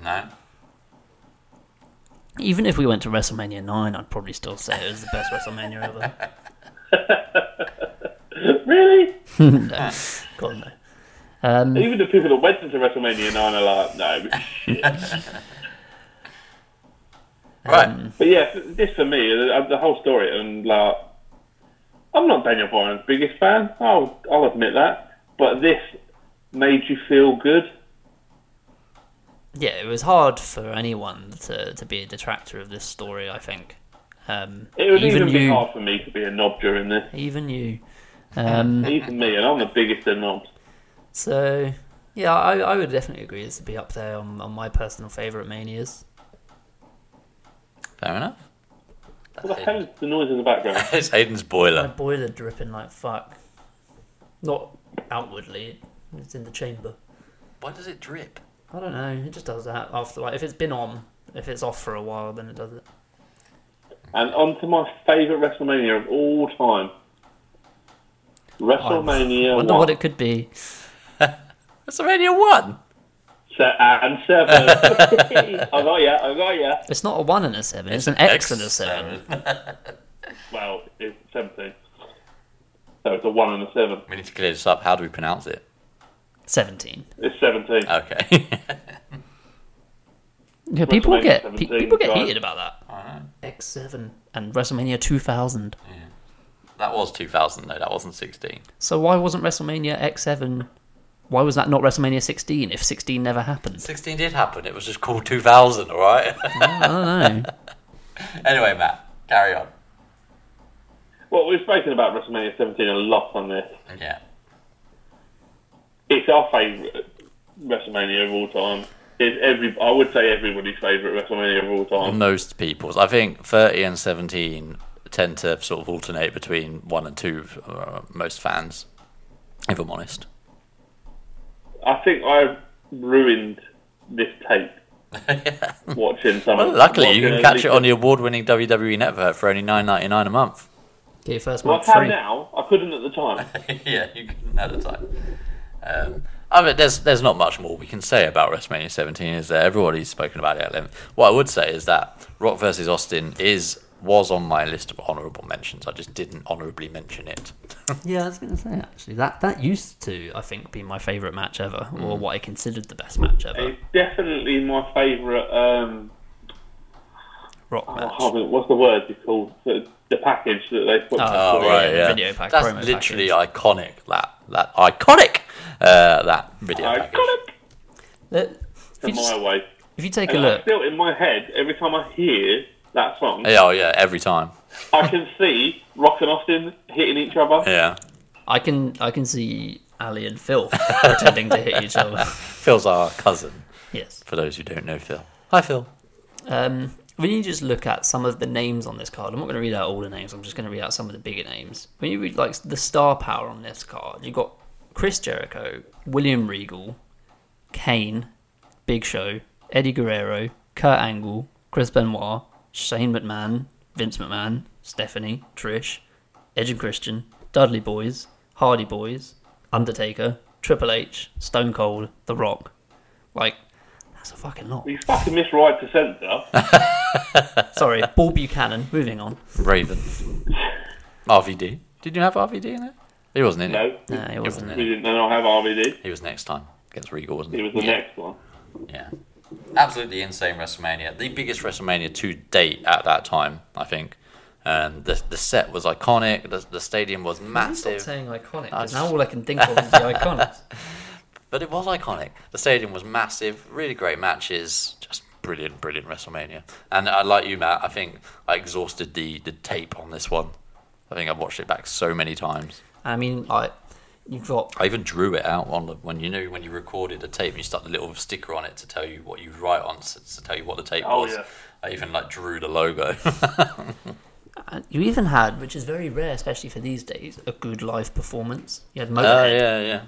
No. Even if we went to WrestleMania nine, I'd probably still say it was the best WrestleMania ever. really? no, God no. Um, Even the people that went into WrestleMania 9 are like, no. Right. But yeah, this for me, the, the whole story, and like, I'm not Daniel Bryan's biggest fan. I'll, I'll admit that. But this made you feel good. yeah, it was hard for anyone to to be a detractor of this story. I think. Um, It would even, even be you, hard for me to be a knob during this. even you. Um, Even me, and I'm the biggest of knobs. So, yeah, I, I would definitely agree this would be up there on, on my personal favourite manias. Fair enough. What the hell is the noise in the background? It's Hayden's My boiler. boiler dripping like fuck. Not outwardly, it's in the chamber. Why does it drip? I don't know, it just does that after, like, if it's been on, if it's off for a while, then it does it. And on to my favourite WrestleMania of all time. WrestleMania I wonder 1. what it could be. WrestleMania 1! Se- and 7. I got ya, I got ya. It's not a 1 and a 7, it's, an X, and a 7. Well, it's 17. So it's a 1 and a 7. We need to clear this up. How do we pronounce it? 17. It's 17. Okay. Yeah, people WrestleMania get pe- 17, people get guys. heated about that. X7 and WrestleMania 2000. that was 2000, though. That wasn't 16. So why wasn't WrestleMania X7? Why was that not WrestleMania 16 if 16 never happened? 16 did happen. It was just called 2000, alright? I don't know. anyway, Matt, carry on. Well, we've spoken about WrestleMania 17 a lot on this. Yeah. It it's our favourite WrestleMania of all time. It's every, I would say everybody's favourite WrestleMania of all time. Most people's. I think 30 and 17 tend to sort of alternate between one and two, uh, most fans, if I'm honest. I think I ruined this tape watching some. Well, luckily, you can catch it on the award-winning WWE Network for only nine ninety nine a month. Get your first Well, I month can free. now. I couldn't at the time. yeah, you can at the time. Um, I mean, there's there's not much more we can say about WrestleMania 17, is there? Everybody's spoken about it at length. What I would say is that Rock versus Austin is was on my list of honourable mentions. I just didn't honourably mention it. Yeah, I was going to say actually that that used to I think be my favourite match ever, or what I considered the best match ever. It's definitely my favourite. Um, Rock oh, I match. can't remember- what's the word it's called? The, the package that they put. Oh, together. right, yeah. Video pack, That's promo literally iconic. That that iconic. Uh, that video. I package. got it If to you, just- my way. if you take a And I look, still in my head every time I hear that song. Yeah, oh yeah, every time. I can see Rock and Austin hitting each other. Yeah, I can I can see Ali and Phil pretending to hit each other. Phil's our cousin. Yes. For those who don't know Phil, hi Phil. Um, when you just look at some of the names on this card, I'm not going to read out all the names. I'm just going to read out some of the bigger names. When you read like the star power on this card, you got Chris Jericho, William Regal, Kane, Big Show, Eddie Guerrero, Kurt Angle, Chris Benoit, Shane McMahon, Vince McMahon, Stephanie, Trish, Edge and Christian, Dudley Boys, Hardy Boys, Undertaker, Triple H, Stone Cold, The Rock. Like, that's a fucking lot. You fucking miss right to centre. Sorry, Paul Buchanan. Moving on. Raven. RVD. Did you have RVD in it? He wasn't in it. no, No, it wasn't. wasn't we it. didn't. Then I'll have RVD. He was next time. Against Regal, wasn't It he? was the Yeah. next one. Yeah. Absolutely insane WrestleMania. The biggest WrestleMania to date at that time, I think. Um, the the set was iconic. The, the stadium was Stop massive, saying iconic. 'cause now all I can think of is the iconics. but it was iconic. The stadium was massive. Really great matches. Just brilliant, brilliant WrestleMania. And I like you, Matt. I think I exhausted the the tape on this one. I think I've watched it back so many times. I mean, like you've got I even drew it out on the, when you know when you recorded a tape and you stuck the little sticker on it to tell you what you write on to, to tell you what the tape Oh, was. yeah. I even like drew the logo. and uh, you even had, which is very rare, especially for these days, a good live performance. You had Oh Motorhead. yeah, yeah.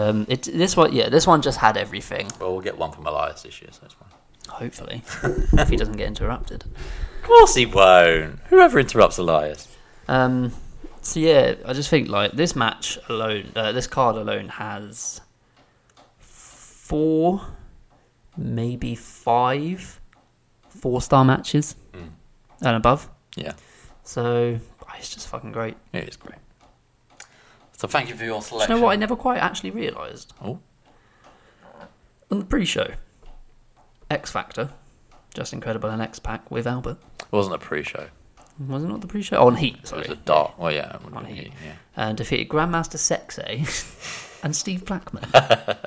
Um, it this one, yeah, this one just had everything. Well, we'll get one from Elias this year, so it's fine. Hopefully, if he doesn't get interrupted. Of course he won't. Whoever interrupts Elias. Um, so yeah, I just think like this match alone, uh, this card alone has four, maybe five, four star matches and above. Yeah, So oh, it's just fucking great. it is great. So thank you for your Do selection. you know what? I never quite actually realised Oh, on the pre-show. X Factor, just incredible, and X Pack with Albert. it wasn't a pre-show. Was it not the pre-show? Oh, on Heat, It sorry. was a dark. Well, yeah, it wouldn't On be- Heat. yeah. And defeated Grandmaster Sexay and Steve Blackman.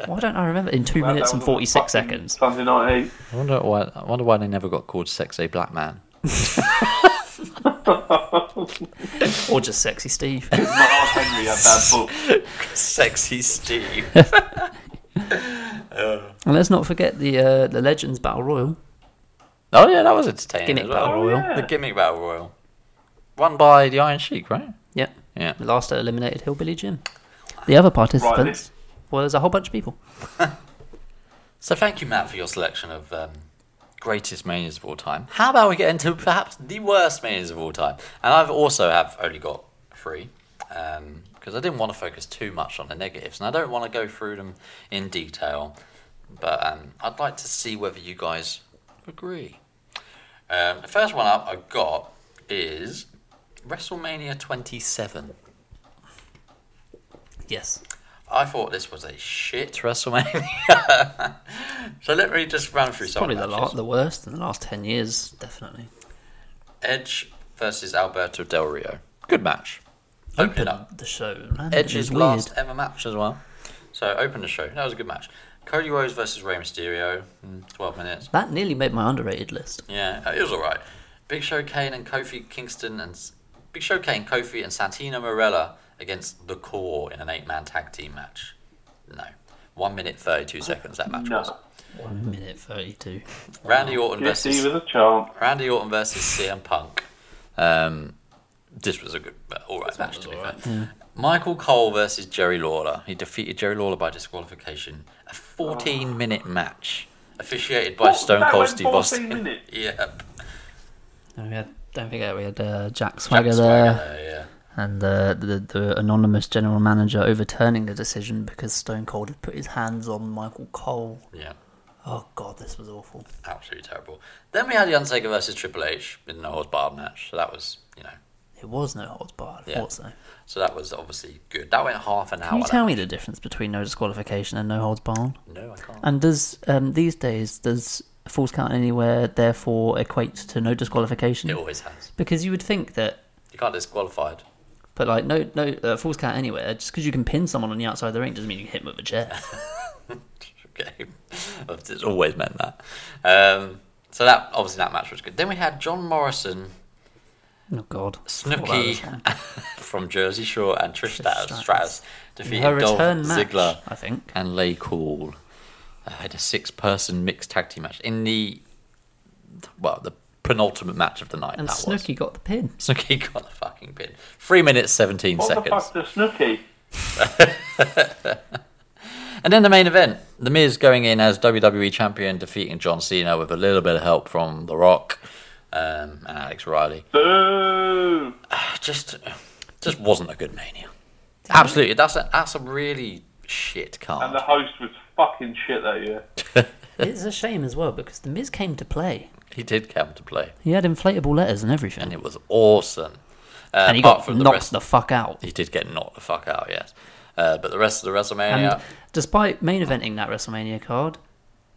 Why don't I remember? In two minutes and forty-six seconds. Sunday night eh? heat. I wonder why. I wonder why they never got called "Sexy Black Man." Or just sexy Steve. Mark Henry had that book. Sexy Steve. and let's not forget the uh, the Legends Battle Royal. Oh yeah, that was entertaining. Gimmick as well. Battle Royal. The gimmick battle royal, won by the Iron Sheik, right? Yep. Yeah. The last eliminated Hillbilly Jim. The other participants this- was a whole bunch of people. So thank you, Matt, for your selection of um, greatest manias of all time. How about we get into perhaps the worst manias of all time? And I've also have only got three because I didn't want to focus too much on the negatives, and I don't want to go through them in detail. But um, I'd like to see whether you guys agree. Um, the first one up I got is WrestleMania 27. Yes. I thought this was a shit WrestleMania. so let me just run through It's some probably of the, the la- the worst in the last 10 years, definitely. Edge versus Alberto Del Rio. Good match. Open Open up. the show. Man, it Edge's was weird. last ever match as well. So open the show. That was a good match. Cody Rhodes versus Rey Mysterio. Mm, 12 minutes. That nearly made my underrated list. Yeah, it was all right. Big Show Kane and Kofi Kingston and Big Show Kane, Kofi and Santino Morella against The Core in an eight-man tag team match. No. One minute thirty-two seconds that match was. No. One Hmm. minute thirty-two. Randy Orton Yes, he versus was a champ. Randy Orton versus CM Punk. Um, this was a good, uh, all right match to be fair. Hmm. Michael Cole versus Jerry Lawler. He defeated Jerry Lawler by disqualification. A 14-minute match, officiated by What? Stone That Cold went Steve 14 Austin. minutes? Yep. And we had, don't forget, we had uh, Jack Jack Swagger there, Swagger there, yeah. and uh, the the anonymous general manager overturning the decision because Stone Cold had put his hands on Michael Cole. Yeah. Oh God, this was awful. Absolutely terrible. Then we had The Undertaker versus Triple H in the Horse Bar match. So that was, you know, It was no holds barred. I Yeah. thought so. Can so that was obviously good. That went half an hour. you tell me the difference between no disqualification and no holds barred? No, I can't. And does um, these days does false count anywhere therefore equate to no disqualification? It always has. Because you would think that, You can't disqualify it. but like no no uh, false count anywhere. Just because you can pin someone on the outside of the ring doesn't mean you can hit them with a chair. Okay. it's always meant that. Um, so that obviously that match was good. Then we had John Morrison, oh God, Snooki from Jersey Shore, and Trish Stratus, Stratus. Stratus defeated her Dolph return match, Ziggler I think. and Lay Cool. I had a six-person mixed tag team match in the well, the penultimate match of the night. And that was. Snooki got the pin. Snooki got the fucking pin. Three minutes, 17 What the seconds. fuck does Snooki? And then the main event The Miz going in as WWE Champion, defeating John Cena with a little bit of help from The Rock um, and Alex Riley. Boo! Just just wasn't a good mania. Absolutely. That's a, that's a really shit And the card. host was fucking shit that year. It's a shame as well because the Miz came to play. He did come to play, He had inflatable letters and everything, and and, it was awesome. Uh, he apart got from the knocked rest, the fuck out. he did get knocked the fuck out, yes. Uh, but the rest of the And WrestleMania, despite main eventing that WrestleMania card,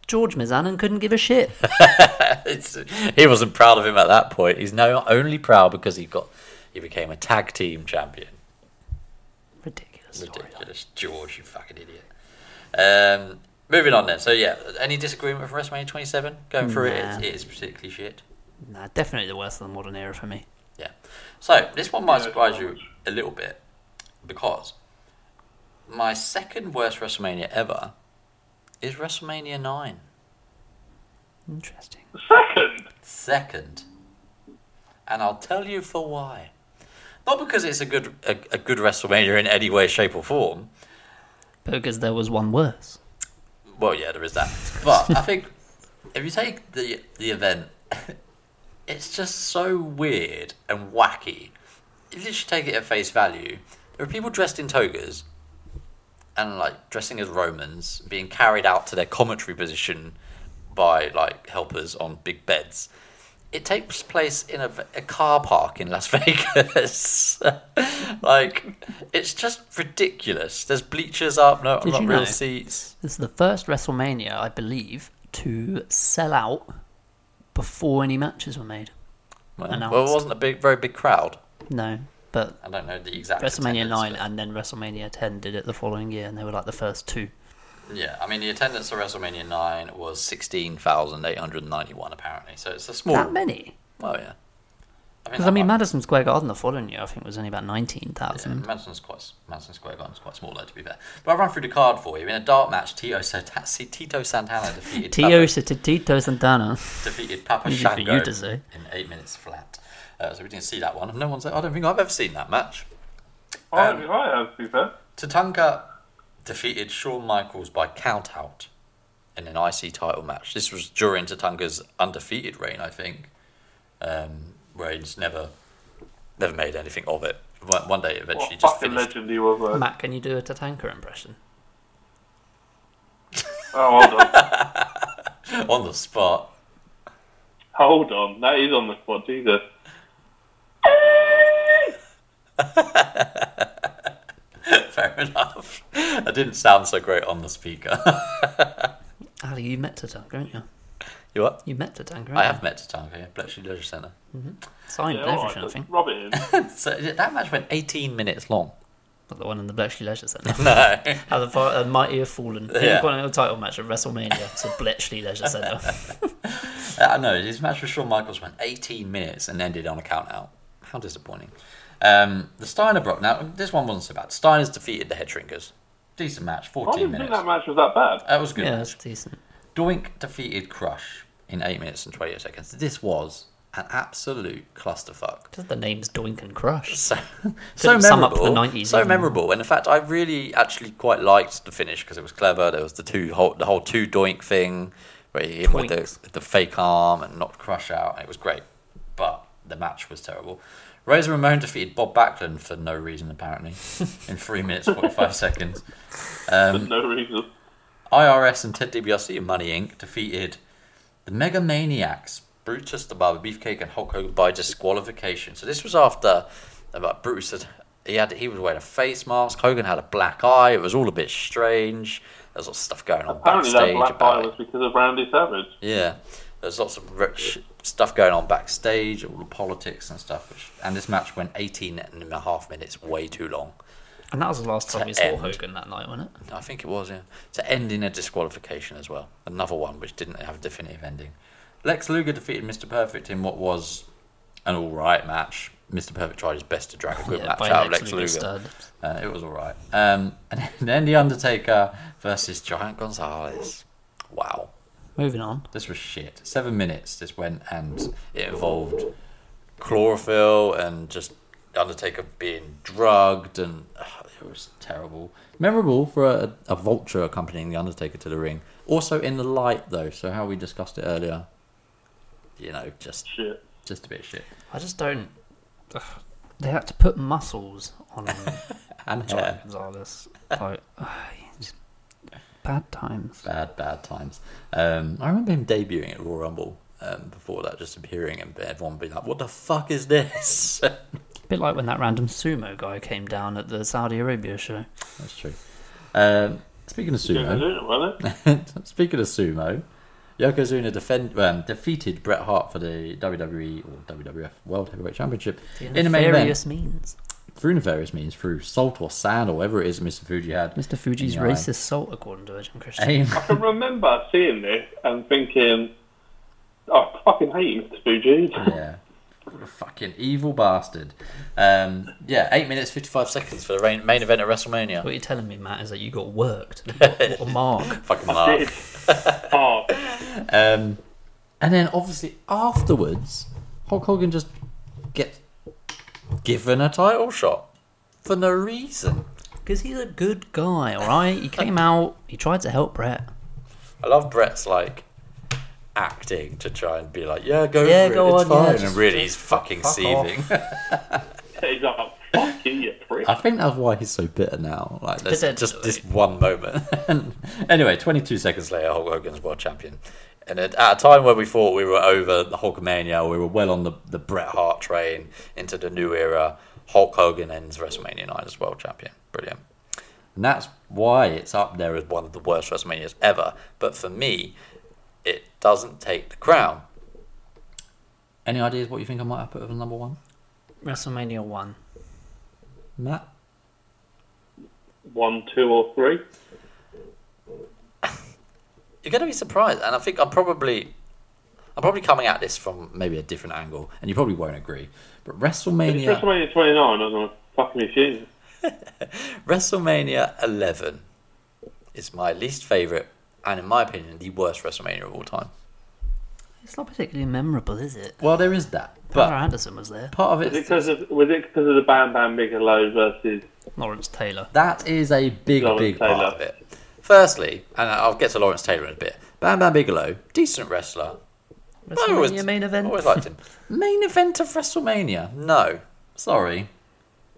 George Mizanin couldn't give a shit. It's, he wasn't proud of him at that point. He's now only proud because he got he became a tag team champion. Ridiculous. Storyline. Ridiculous, George, you fucking idiot. Um, moving on then. So yeah, any disagreement with WrestleMania 27? Going through it, Nah. it, it is particularly shit. Nah, definitely the worst of the modern era for me. Yeah. So this one might Yeah, surprise you a little bit because my second worst WrestleMania ever is WrestleMania 9. Interesting. Second! second, and I'll tell you for why. Not because it's a good a, a good WrestleMania in any way, shape, or form. Because there was one worse. Well, yeah, there is that. But I think if you take the the event, it's just so weird and wacky. If you should take it at face value, there are people dressed in togas and like dressing as Romans being carried out to their commentary position by like helpers on big beds. It takes place in a, a car park in Las Vegas. like, it's just ridiculous. There's bleachers up, no, Did not you real know? seats. This is the first WrestleMania, I believe, to sell out before any matches were made. Well, announced. well, it wasn't a big, very big crowd. No, but I don't know the exact. WrestleMania attendance, 9 and then WrestleMania 10 did it the following year, and they were like the first two. but- Yeah, I mean the attendance at WrestleMania nine was sixteen thousand eight hundred ninety-one apparently. So it's a small. That many? Well, yeah. I mean, Because, that I mean, might- Madison Square Garden the following year, I think, was only about yeah, 19,000. Madison's quite s- Madison Square Garden's quite small though, to be fair. But I'll run through the card for you. In a dark match, Tito, Santa- see, Tito Santana defeated Tio Tito Santana. defeated Papa Easy for Shango you to say. in eight minutes flat. Uh, so we didn't see that one. No one's. I don't think I've ever seen that match. Um, I don't think I have, to be fair. Tatanka defeated Shawn Michaels by count out in an IC title match. This was during Tatanka's undefeated reign, I think. Um, where he's never never made anything of it. One one day What eventually a just fucking finished. legend he was, though. Matt, can you do a Tatanka impression? Oh, hold on. on the spot. hold on. That is on the spot, Jesus. Fair enough. I didn't sound so great on the speaker. Ali, you met Tatanka, haven't you? you what? You met Tatanka, haven't I have met Tatanka, yeah, Bletchley Leisure Centre. you? Signed Yeah, and all everything, I right, think. rub it in. So yeah, that match went 18 minutes long. Not the one in the Bletchley Leisure Centre. No. How the far, uh, mighty have fallen. Yeah. Yeah. Won a title match at WrestleMania to Bletchley Leisure Centre. I know his Uh, match with Shawn Michaels went 18 minutes and ended on a count out. How disappointing. Um, the Steiner Brock. Now this one wasn't so bad. Steiner's defeated the Headshrinkers decent match, I 14 didn't think minutes. that match was that bad. That was a good. Yeah, match. that's decent. Doink defeated Crush in 8 minutes and 28 seconds. This was an absolute clusterfuck. Just the names Doink and Crush. So, so Couldn't sum up memorable. the 90s so even. memorable. And in fact, I really actually quite liked the finish because it was clever. There was the two whole, the whole two doink thing where he hit him with Doinks. the, the fake arm and knocked Crush out. And it was great. But the match was terrible. Razor Ramon defeated Bob Backlund for no reason, apparently, in 3 minutes 45 seconds. There's no reason. IRS and Ted DiBiase and Money Inc. defeated the Mega Maniacs, Brutus the Barber, Beefcake, and Hulk Hogan by disqualification. So this was after about Brutus had he had he was wearing a face mask. Hogan had a black eye. It was all a bit strange. There's lots of stuff going on Apparently that backstage black about eye it. was because of Randy Savage. Yeah, there's lots of rich stuff going on backstage, all the politics and stuff. Which, and this match went 18 and a half minutes, way too long. And that was the last time we saw end. Hogan that night, wasn't it? I think it was, yeah. To end in a disqualification as well. Another one which didn't have a definitive ending. Lex Luger defeated Mr. Perfect in what was an alright match. Mr. Perfect tried his best to drag a good match by out of Lex Lex Luger Luger. stud. Uh, it was alright. Um, and then The Undertaker versus Giant Gonzalez. Wow. Moving on. This was shit. Seven minutes this went, and it involved chlorophyll and just Undertaker being drugged, and ugh, it was terrible. Memorable for a, a vulture accompanying the Undertaker to the ring. Also in the light, though, so how we discussed it earlier. You know, just Shit. just a bit shit. I just don't. Ugh. They had to put muscles on And Giant hair. Gonzalez. Like, ugh, just bad times. Bad, bad times. Um, I remember him debuting at Royal Rumble um, before that, just appearing and everyone being like, what the fuck is this? bit like when that random sumo guy came down at the Saudi Arabia show. That's true. Um, speaking of Yeah, they sumo, didn't, were they? speaking of sumo, Yokozuna defend, um, defeated Bret Hart for the WWE or WWF World Heavyweight Championship in the main event various means. through nefarious means, through salt or sand or whatever it is Mr. Fuji had. Mr. Fuji's Yeah. racist salt, according to Agent Christian. Aim. I can remember seeing this and thinking, oh, I fucking hate Mr. Fuji. yeah. What a fucking evil bastard. Um, yeah, 8 minutes 55 seconds for the rain, main event at WrestleMania. What you're telling me, Matt, is that you got worked. You got a mark. Fucking laugh. Did. Oh, Um, and then obviously afterwards, Hulk Hogan just gets given a title shot for no reason. Because he's a good guy, alright? He came out, he tried to help Brett. I love Brett's like acting to try and be like, yeah, go Yeah, for it, go it's on, yeah, fine. just- and really, he's fucking fuck seething. he's like, fuck you, you prick. I think that's why he's so bitter now. Like, there's just Potentially. this one moment. anyway, 22 seconds later, Hulk Hogan's world champion. And at, at a time where we thought we were over the Hulkamania, we were well on the, the Bret Hart train into the new era, Hulk Hogan ends WrestleMania 9 as world champion. Brilliant. And that's why it's up there as one of the worst WrestleManias ever. But for me, it doesn't take the crown. Any ideas what you think I might have put as number one? WrestleMania 1. Matt? One, two, or three. you're going to be surprised and i think i'm probably i'm probably coming at this from maybe a different angle and you probably won't agree but It's wrestlemania WrestleMania 29, I was like, fucking machine. wrestlemania 11 is my least favorite and in my opinion the worst wrestlemania of all time It's not particularly memorable, is it? well there is that But but Anderson was there. part of Was it it because of, was it because of the Bam Bam Bigelow versus Lawrence Taylor. that is a big Lawrence big Taylor. part of it firstly and i'll get to lawrence taylor in a bit bam bam bigelow decent wrestler I WrestleMania main event. always liked him main event of wrestlemania no sorry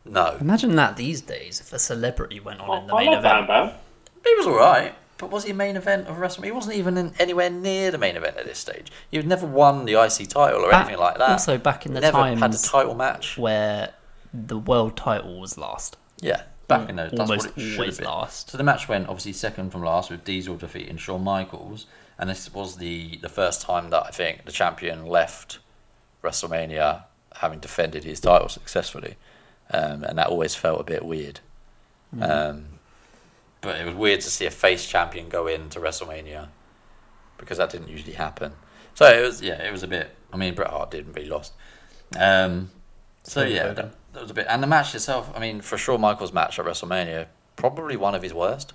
no Imagine that these days if a celebrity went on Oh, in the Oh, I main love Bam event. Bam. He was alright, but was he main event of WrestleMania? He wasn't even in, anywhere near the main event at this stage. He'd never won the IC title or Back- anything like that. also back in the never had a times- title match. Where the world title was last. Yeah, back in those. That's Mm. almost what it should always have been. last. So the match went obviously second from last with Diesel defeating Shawn Michaels, and this was the the first time that I think the champion left WrestleMania having defended his title successfully, um, and that always felt a bit weird. Mm. Um, but it was weird to see a face champion go into WrestleMania because that didn't usually happen. So it was yeah, it was a bit. I mean, Bret Hart didn't really lost. Um, so Pretty yeah, fair, that, that was a bit. And the match itself, I mean, for sure, Michaels match at WrestleMania probably one of his worst.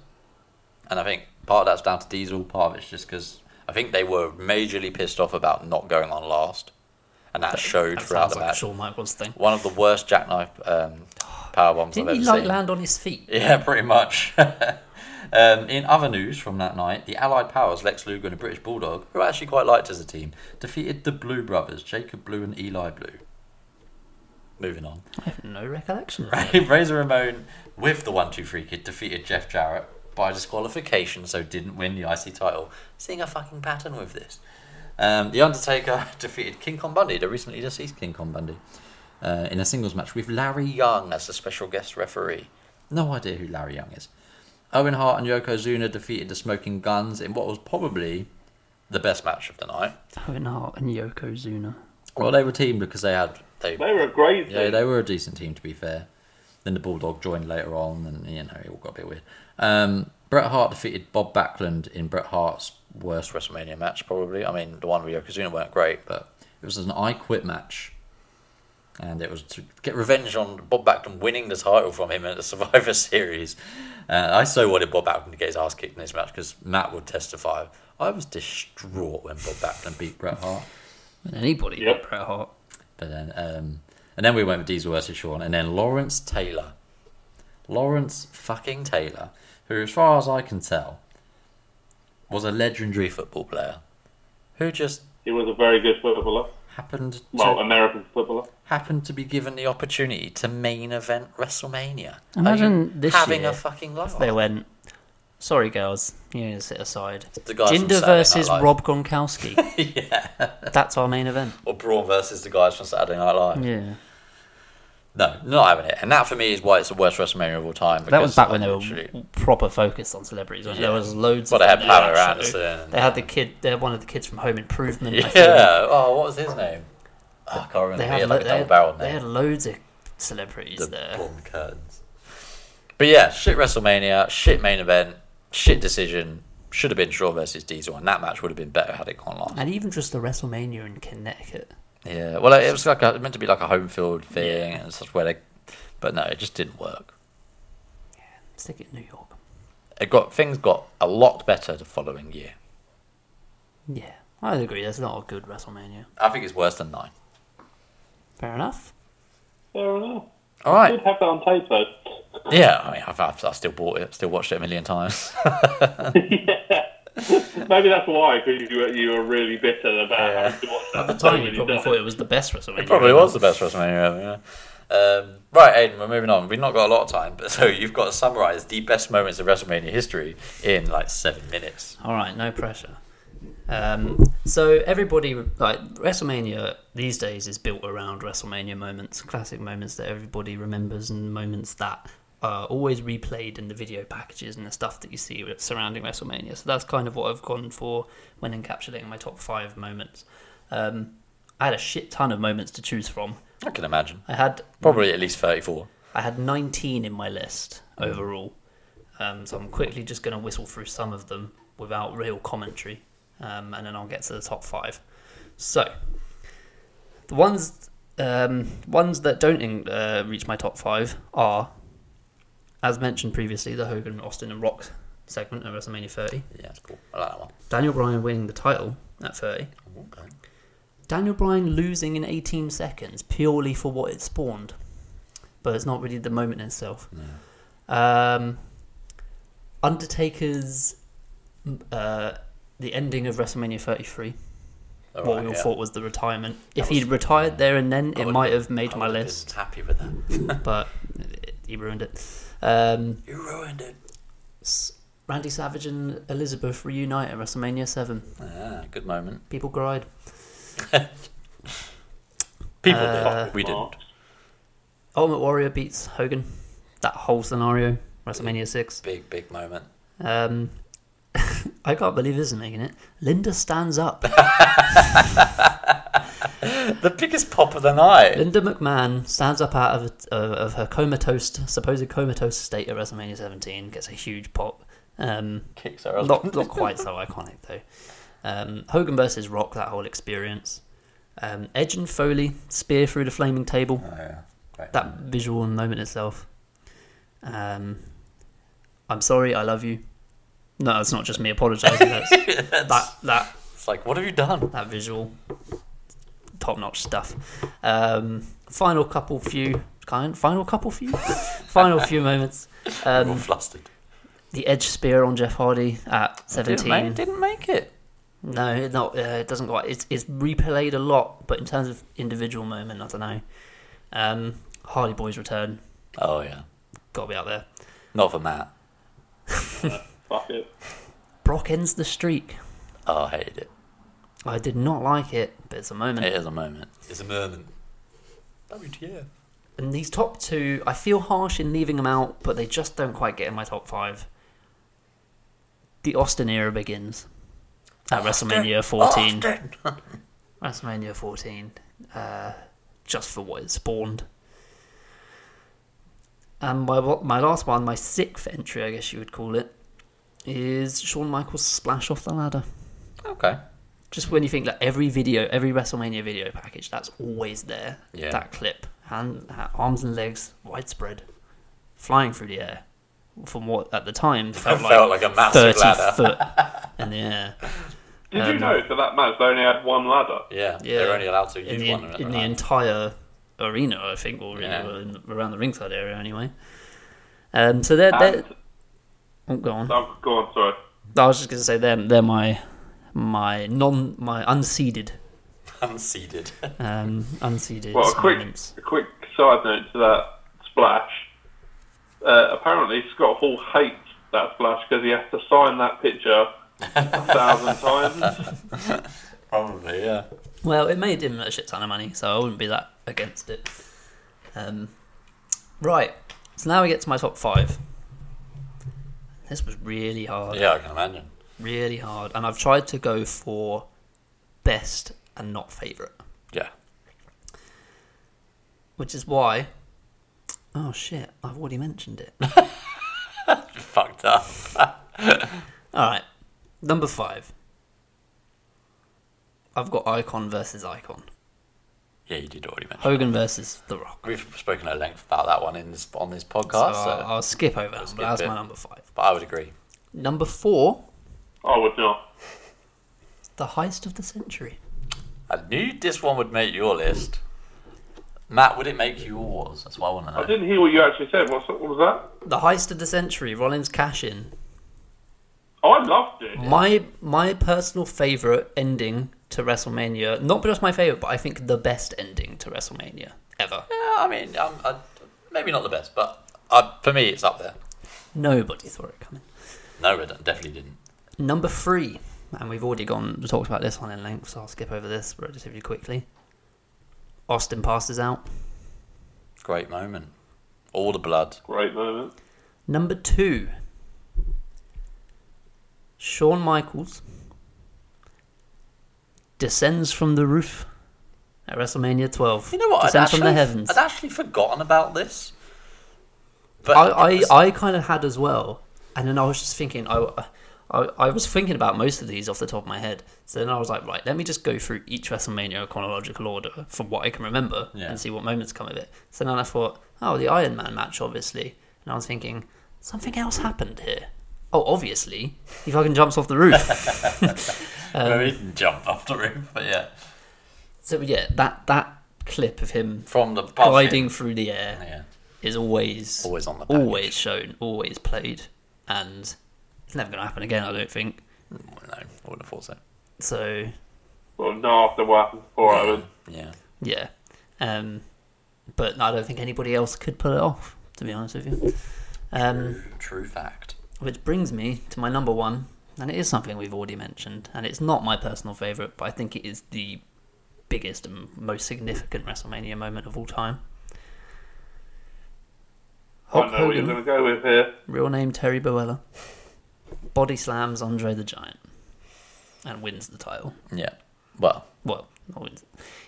And I think part of that's down to Diesel, part of it's just because I think they were majorly pissed off about not going on last. And that, showed That throughout sounds the like match. Shawn Michaels thing. One of the worst jackknife um, power bombs I've Didn't ever he like seen. land on his feet? Yeah, pretty much. um, in other news from that night, the Allied powers, Lex Luger and the British Bulldog, who I actually quite liked as a team, defeated the Blue Brothers, Jacob Blue and Eli Blue. Moving on. I have no recollection. of Ray- Razor Ramon with the one two three kid defeated Jeff Jarrett by disqualification, so didn't win the IC title. Seeing a fucking pattern with this. Um, the Undertaker defeated King Kong Bundy, the recently deceased King Kong Bundy, uh, in a singles match with Larry Young as the special guest referee. No idea who Larry Young is. Owen Hart and Yokozuna defeated the Smoking Guns in what was probably the best match of the night. that. Owen Hart and Yokozuna. Well, they were teamed because they had they They were a great yeah, team. they were a decent team to be fair. Then the Bulldog joined later on, and you know it all got a bit weird. Um, Bret Hart defeated Bob Backlund in Bret Hart's worst WrestleMania match, probably. I mean, the one with Yokozuna weren't great, but it was an I Quit match, and it was to get revenge on Bob Backlund winning the title from him at the Survivor Series. Uh, I so wanted Bob Backlund to get his ass kicked in this match because Matt would testify. I was distraught when Bob Backlund beat Bret Hart. And anybody Yep. like Bret Hart. But then, um, and then we went with Diesel versus Sean, and then Lawrence Taylor, Lawrence fucking Taylor, who, as far as I can tell, was a legendary football player who just He was a very good footballer. happened to, Well, um, American footballer. happened to be given the opportunity to main event WrestleMania. Imagine Are you this having year a fucking laugh. They went, sorry girls, you need to sit aside. The guys from Jinder Saturday Night versus Live. Rob Gronkowski. yeah. That's our main event. or Braun versus the guys from Saturday Night Live. Yeah. No, not having it. And that for me is why it's the worst WrestleMania of all time. That was because back when they were literally- proper focused on celebrities. Wasn't it? Yeah. There was loads. Well, of they had them in that Pamela show. Anderson. They had the kid. They had one of the kids from Home Improvement. I think. Yeah. Oh, what was his name? Oh, I can't remember. They He had, had lo- like a they, had, double-barreled they name. had loads of celebrities the there. blonde curtains. But yeah, shit WrestleMania, shit main event, shit decision. Should have been Shaw versus Diesel, and that match would have been better had it gone last. And even just the WrestleMania in Connecticut. Yeah, well, it was like a, meant to be like a home field thing, and such where they, but no, it just didn't work. Stick it in New York. It got things got a lot better the following year. Yeah, I agree. That's not a good WrestleMania. I think it's worse than nine. Fair enough. Fair enough. All Did right, have that on tape though. yeah. I mean, I've, I've, I still bought it, still watched it a million times. Maybe that's why, because you were, you were really bitter about Yeah. having to watch that. At the time, you Really probably done. thought it was the best WrestleMania. It probably was the best WrestleMania ever. Yeah. Um, right, Aiden, we're moving on. We've not got a lot of time, but so you've got to summarize the best moments of WrestleMania history in like seven minutes. All right, no pressure. Um, so everybody like WrestleMania these days is built around WrestleMania moments, classic moments that everybody remembers, and moments that are always replayed in the video packages and the stuff that you see surrounding WrestleMania. So that's kind of what I've gone for when encapsulating my top five moments. Um, I had a shit ton of moments to choose from. I can imagine. I had Probably at least 34. I had 19 in my list overall, um, so I'm quickly just going to whistle through some of them without real commentary, um, and then I'll get to the top five. So, the ones um, ones that don't in, uh, reach my top five are, as mentioned previously, the Hogan, Austin, and Rock segment at WrestleMania 30. Yeah, it's cool. I like that one. Daniel Bryan winning the title at 30. Okay. Daniel Bryan losing in 18 seconds purely for what it spawned, but it's not really the moment in itself. Um, Undertaker's m- uh, the ending of WrestleMania 33, All right, what we all Oh, yeah. thought was the retirement. If was- he'd retired there and then, it would- might have made I my would've been list, Happy with that. but it- he ruined it. Um, You ruined it. s- Randy Savage and Elizabeth reunite at WrestleMania 7. Ah, good moment. People cried. People Uh, did. We didn't. Ultimate Warrior beats Hogan. That whole scenario, WrestleMania 6. Big, big moment. Um, I can't believe this is making it. Linda stands up. The biggest pop of the night. Linda McMahon stands up out of, uh, of her comatose, supposed comatose state at WrestleMania 17, gets a huge pop. Um, Kicks her husband. not, not quite so iconic, though. Um, Hogan versus Rock, that whole experience. Um, Edge and Foley, spear through the flaming table. Oh, yeah. Great. That visual and moment itself. Um, I'm sorry, I love you. No, it's not just me apologising. that's- that that It's like, what have you done? that visual, top notch stuff. Um, final couple few kind, final couple few, final few moments. I'm all Um, flustered. the edge spear on Jeff Hardy at Didn't 17. make, didn't make it. No, it not. Uh, it doesn't quite. It's it's replayed a lot, but in terms of individual moment, I don't know. Um, Hardy Boy's return Oh, yeah. got to be out there. Not for Matt. Fuck it. Brock ends the streak. Oh, I hated it. I did not like it, but it's a moment. It is a moment. It's a moment. WTF. And these top two, I feel harsh in leaving them out, but they just don't quite get in my top five. The Austin era begins at WrestleMania 14. WrestleMania 14, uh, just for what it spawned. And my wa- my last one, my sixth entry, I guess you would call it, is Shawn Michaels' splash off the ladder. Okay. Just when you think that every video, every WrestleMania video package, that's always there. Yeah. That clip, hand, ha- arms and legs widespread, flying through the air, from what at the time felt like, Felt like a massive thirty ladder. foot in the air. Did Um, you know that that match they only had one ladder? Yeah, Yeah. they're only allowed to use in the, one. in of the them. entire arena, I think, or you Yeah. know, in, around the ringside area anyway. Um, so they're, And, they're oh, go on. oh, go on, sorry. I was just going to say they're they're my my non my unseeded Unseeded. um unseeded Well, a quick, moments. a quick side note to that splash. Uh, apparently, Scott Hall hates that splash because he has to sign that picture a thousand times. Probably, yeah. Well, it made him a shit ton of money, so I wouldn't be that against it. Um, right. So now we get to my top five. This was really hard. Yeah, I can imagine. Really hard. And I've tried to go for best and not favourite. Yeah. Which is why. Oh shit, I've already mentioned it. Fucked up. Alright, number five. I've got Icon versus Icon. Yeah, you did already mention. Hogan versus The Rock. We've spoken at length about that one in this, on this So uh, podcast, so, I'll, I'll skip over that one, skip but that's it. my number five. but I would agree. Number four, I would not. The Heist of the Century. I knew this one would make your list. Matt, would it make yours? That's what I want to know. I didn't hear what you actually said. What's, what was that? The Heist of the Century, Rollins Cash In. I loved it. My my personal favorite ending to WrestleMania, not just my favorite, but I think the best ending to WrestleMania ever. Yeah, I mean, um, I, maybe not the best, but uh, for me, it's up there. Nobody saw it coming. No, I don't- definitely didn't. Number three, and we've already gone we talked about this one in length, so I'll skip over this relatively quickly. Austin passes out. Great moment. All the blood. Great moment. Number two, Shawn Michaels descends from the roof at Wrestlemania 12. You know what? I'd Descends actually, from the heavens. I'd actually forgotten about this. But I, I, I kind of had as well, and then I was just thinking, I, I, I was thinking about most of these off the top of my head. So then I was like, right, let me just go through each WrestleMania in chronological order from what I can remember Yeah. and see what moments come of it. So then I thought, oh, the Iron Man match, obviously. And I was thinking, something else happened here. Oh, obviously, he fucking jumps off the roof. maybe didn't jump off the roof, but yeah. so yeah, that that clip of him From the pub gliding in- through the air. Yeah. is always Always on the package. always shown, always played, and it's never going to happen again. I don't think. Well, Mm, No, I wouldn't have thought so. So Well, no, after what happened before, I would. Yeah. yeah, um, but I don't think anybody else could pull it off. To be honest with you, um, True fact. which brings me to my number one, and it is something we've already mentioned, and it's not my personal favorite, but I think it is the biggest and most significant WrestleMania moment of all time. I Hulk know what you're Hogan. going to go with here. Real name Terry Boella. Body slams Andre the Giant and wins the title. Yeah. Well, Well, not wins.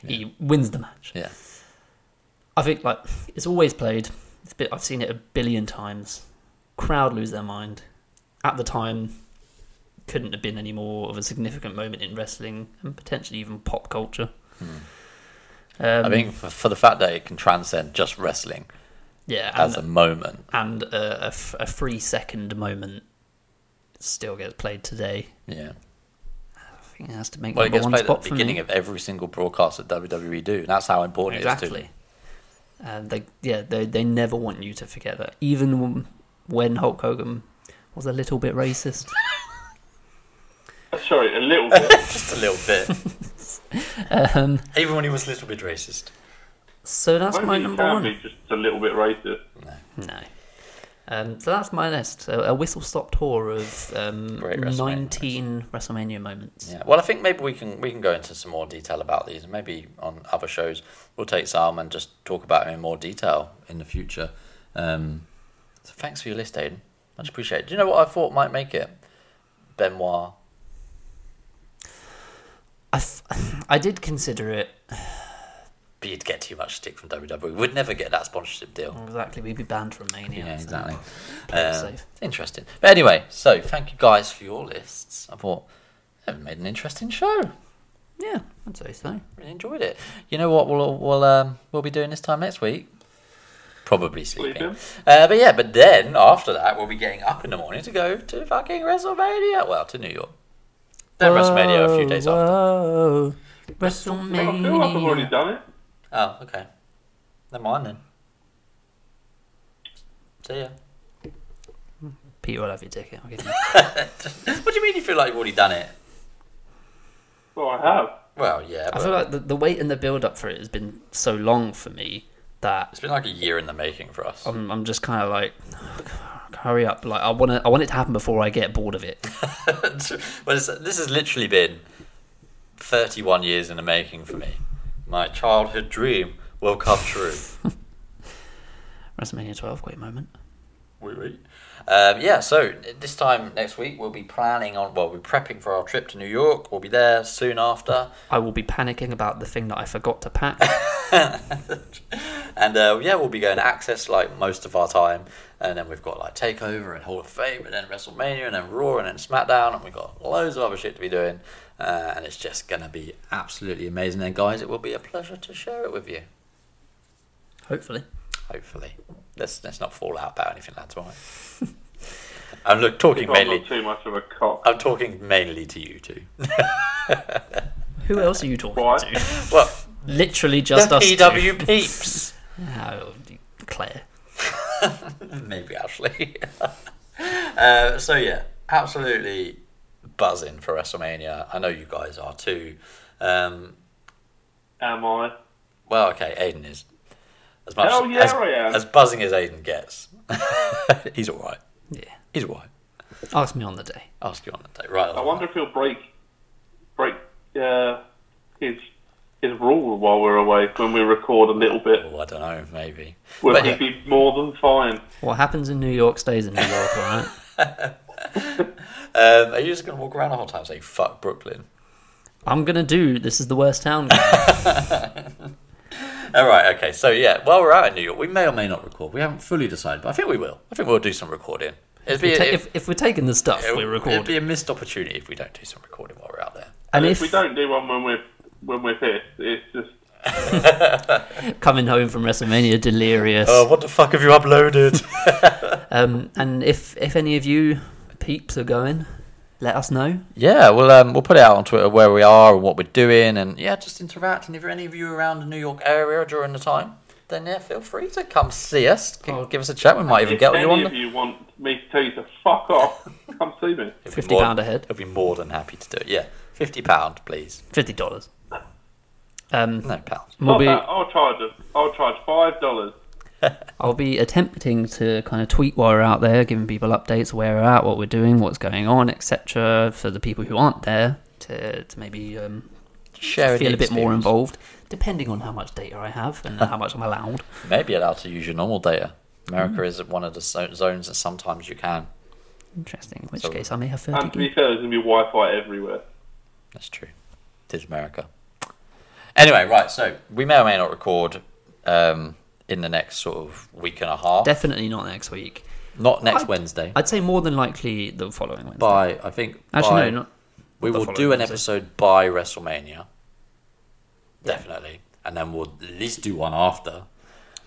He wins the match. yeah. I think like it's always played. It's a bit, I've seen it a billion times. Crowd lose their mind. At the time, couldn't have been any more of a significant moment in wrestling and potentially even pop Hmm. culture. Um, I think for, for the fact that it can transcend just wrestling Yeah, as a and, moment. and a, a f- a three second moment still gets played today. Yeah. I think it has to make Well, it number gets one played spot at the for beginning me. of every single broadcast that WWE do. That's how important it is exactly. And they yeah they they never want you to forget that even when- when Hulk Hogan was a little bit racist. Sorry, a little bit. to. Just a little bit. um, Even when he was a little bit racist. so that's my Maybe you number can one. be Just a little bit racist. No. Um, so that's my list. A, a whistle stop tour of um, Great WrestleMania 19 WrestleMania moments. Yeah. Well, I think maybe we can we can go into some more detail about these. Maybe on other shows we'll take some and just talk about them in more detail in the future. Um, so thanks for your list, Aiden. Much appreciated. Do you know what I thought might make it? Benoit. I, th- I did consider it. But you'd get too much stick from WWE. We'd never get that sponsorship deal. Um, oh, Exactly, we'd be banned from Mania. Yeah, so exactly. Mm, play it Um, safe. Interesting. But anyway, so thank you guys for your lists. I thought they've made an interesting show. Yeah, I'd say so. Really enjoyed it. You know what? We'll we'll um, we'll be doing this time next week. Probably sleeping. Sleeping. Uh, but yeah, but then after that, we'll be getting up in the morning to go to fucking WrestleMania. Well, to New York. Then WrestleMania a few days after. whoa. I feel like I've already WrestleMania. done it. Oh, okay. Never mind then. See ya. Peter, I'll have your ticket. I'll give you. What do you mean you feel like you've already done it? Well, I have. Well, yeah. I But feel like the, the wait and the build up for it has been so long for me that it's been like a year in the making for us. I'm, I'm just kind of like, hurry up! Like I want to, I want it to happen before I get bored of it. well, it's, this has literally been 31 years in the making for me. My childhood dream will come true. WrestleMania 12, great moment. Wait, wait. Um, yeah, so this time next week we'll be planning on, well, we're prepping for our trip to New York. We'll be there soon after. I will be panicking about the thing that I forgot to pack. And uh, yeah, we'll be going to Access like most of our time. And then we've got like Takeover and Hall of Fame and then WrestleMania and then Raw and then SmackDown. And we've got loads of other shit to be doing. Uh, and it's just going to be absolutely amazing. And guys, it will be a pleasure to share it with you. Hopefully. Hopefully. Let's, let's not fall out about anything, lads, all right? I'm look, talking I'm mainly. not too much of a cock. I'm talking mainly to you two. Who else are you talking Right. to? Well, Literally just the us. two. PW peeps. Oh, Claire. Maybe Ashley. uh, so yeah, absolutely buzzing for WrestleMania. I know you guys are too. Um, Am I? well, okay, Aiden is as much Hell yeah, as, I am. as buzzing as Aiden gets. he's all right. Yeah. He's all right. Ask me on the day. Ask you on that day, right? I wonder if he'll break break uh, his his rule while we're away when we record a little bit. Oh, I don't know. Maybe. Will But he yeah. be more than fine? What happens in New York stays in New York, alright? Um, are you just gonna walk around the whole time saying "fuck Brooklyn"? I'm gonna do this is the worst town. game. All right. Okay. So yeah, while we're out in New York, we may or may not record. We haven't fully decided, but I think we will. I think we'll do some recording. It'd be We ta- it- if, if we're taking the stuff, It- we It'd record. be a missed opportunity if we don't do some recording while we're out there. and if, if we don't do one when we're when we're pissed, it's just coming home from WrestleMania delirious. Uh, Oh, what the fuck have you uploaded? Um, and if if any of you peeps are going, let us know. yeah, well, um, we'll put it out on Twitter where we are and what we're doing, and yeah, just interact. And if any of you are around the New York area during the time, then yeah, feel free to come see us. G- Give us a chat. We might even if get any you on. of the- you want me to tell you to fuck off, come see me. It'd be Fifty more- pound a head. I'd be more than happy to do it. Yeah, fifty pound, please. Fifty dollars. Um No pounds. we'll Not be, that, I'll charge a, I'll charge five dollars. I'll be attempting to kind of tweet while we're out there, giving people updates where we're at, what we're doing, what's going on, etc. For the people who aren't there to, to maybe um, Share feel the a bit more experience. involved, depending on how much data I have and how much I'm allowed. Maybe allowed to use your normal data. America Mm-hmm. is one of the zo- zones that sometimes you can. Interesting. In which So- case, I may have And 30 to be gig. fair, there's gonna be Wi-Fi everywhere. That's true. It is America. Anyway, right, so we may or may not record um, in the next sort of week and a half. Definitely not next week. not next I- Wednesday. I'd say more than likely the following Wednesday. by, I think. Actually, by- no, not. We the will following do an Wednesday. episode by WrestleMania. Definitely. And then we'll at least do one after.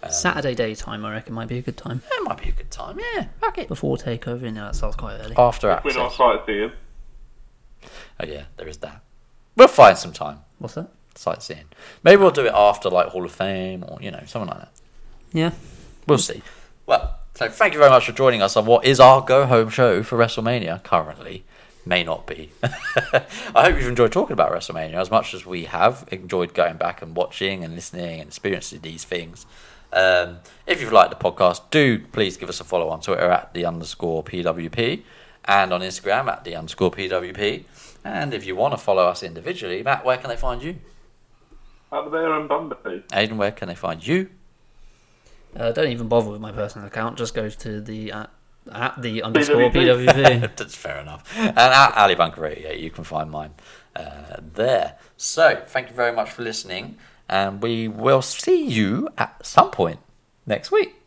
Saturday daytime, I reckon, might be a good time. That might be a good time. Yeah, fuck it. Before takeover, you know, that starts quite early. After We're not access. sightseeing. Oh yeah, there is that. We'll find some time What's that? sightseeing. Maybe we'll do it after like Hall of Fame or you know something like that. Yeah. We'll see. Well, so thank you very much for joining us on what is our go home show for WrestleMania currently. May not be. I hope you've enjoyed talking about WrestleMania as much as we have enjoyed going back and watching and listening and experiencing these things. Um, if you've liked the podcast, do please give us a follow on Twitter at the underscore PWP and on Instagram at the underscore PWP. And if you want to follow us individually, Matt, where can they find you? Up there and Bumblebee. Aiden, where can they find you? Uh, don't even bother with my personal account. Just go to the at, at the underscore PWP. PWP. That's fair enough. And at Ali Bunker 88, you can find mine uh, there. So, thank you very much for listening, and we will see you at some point next week.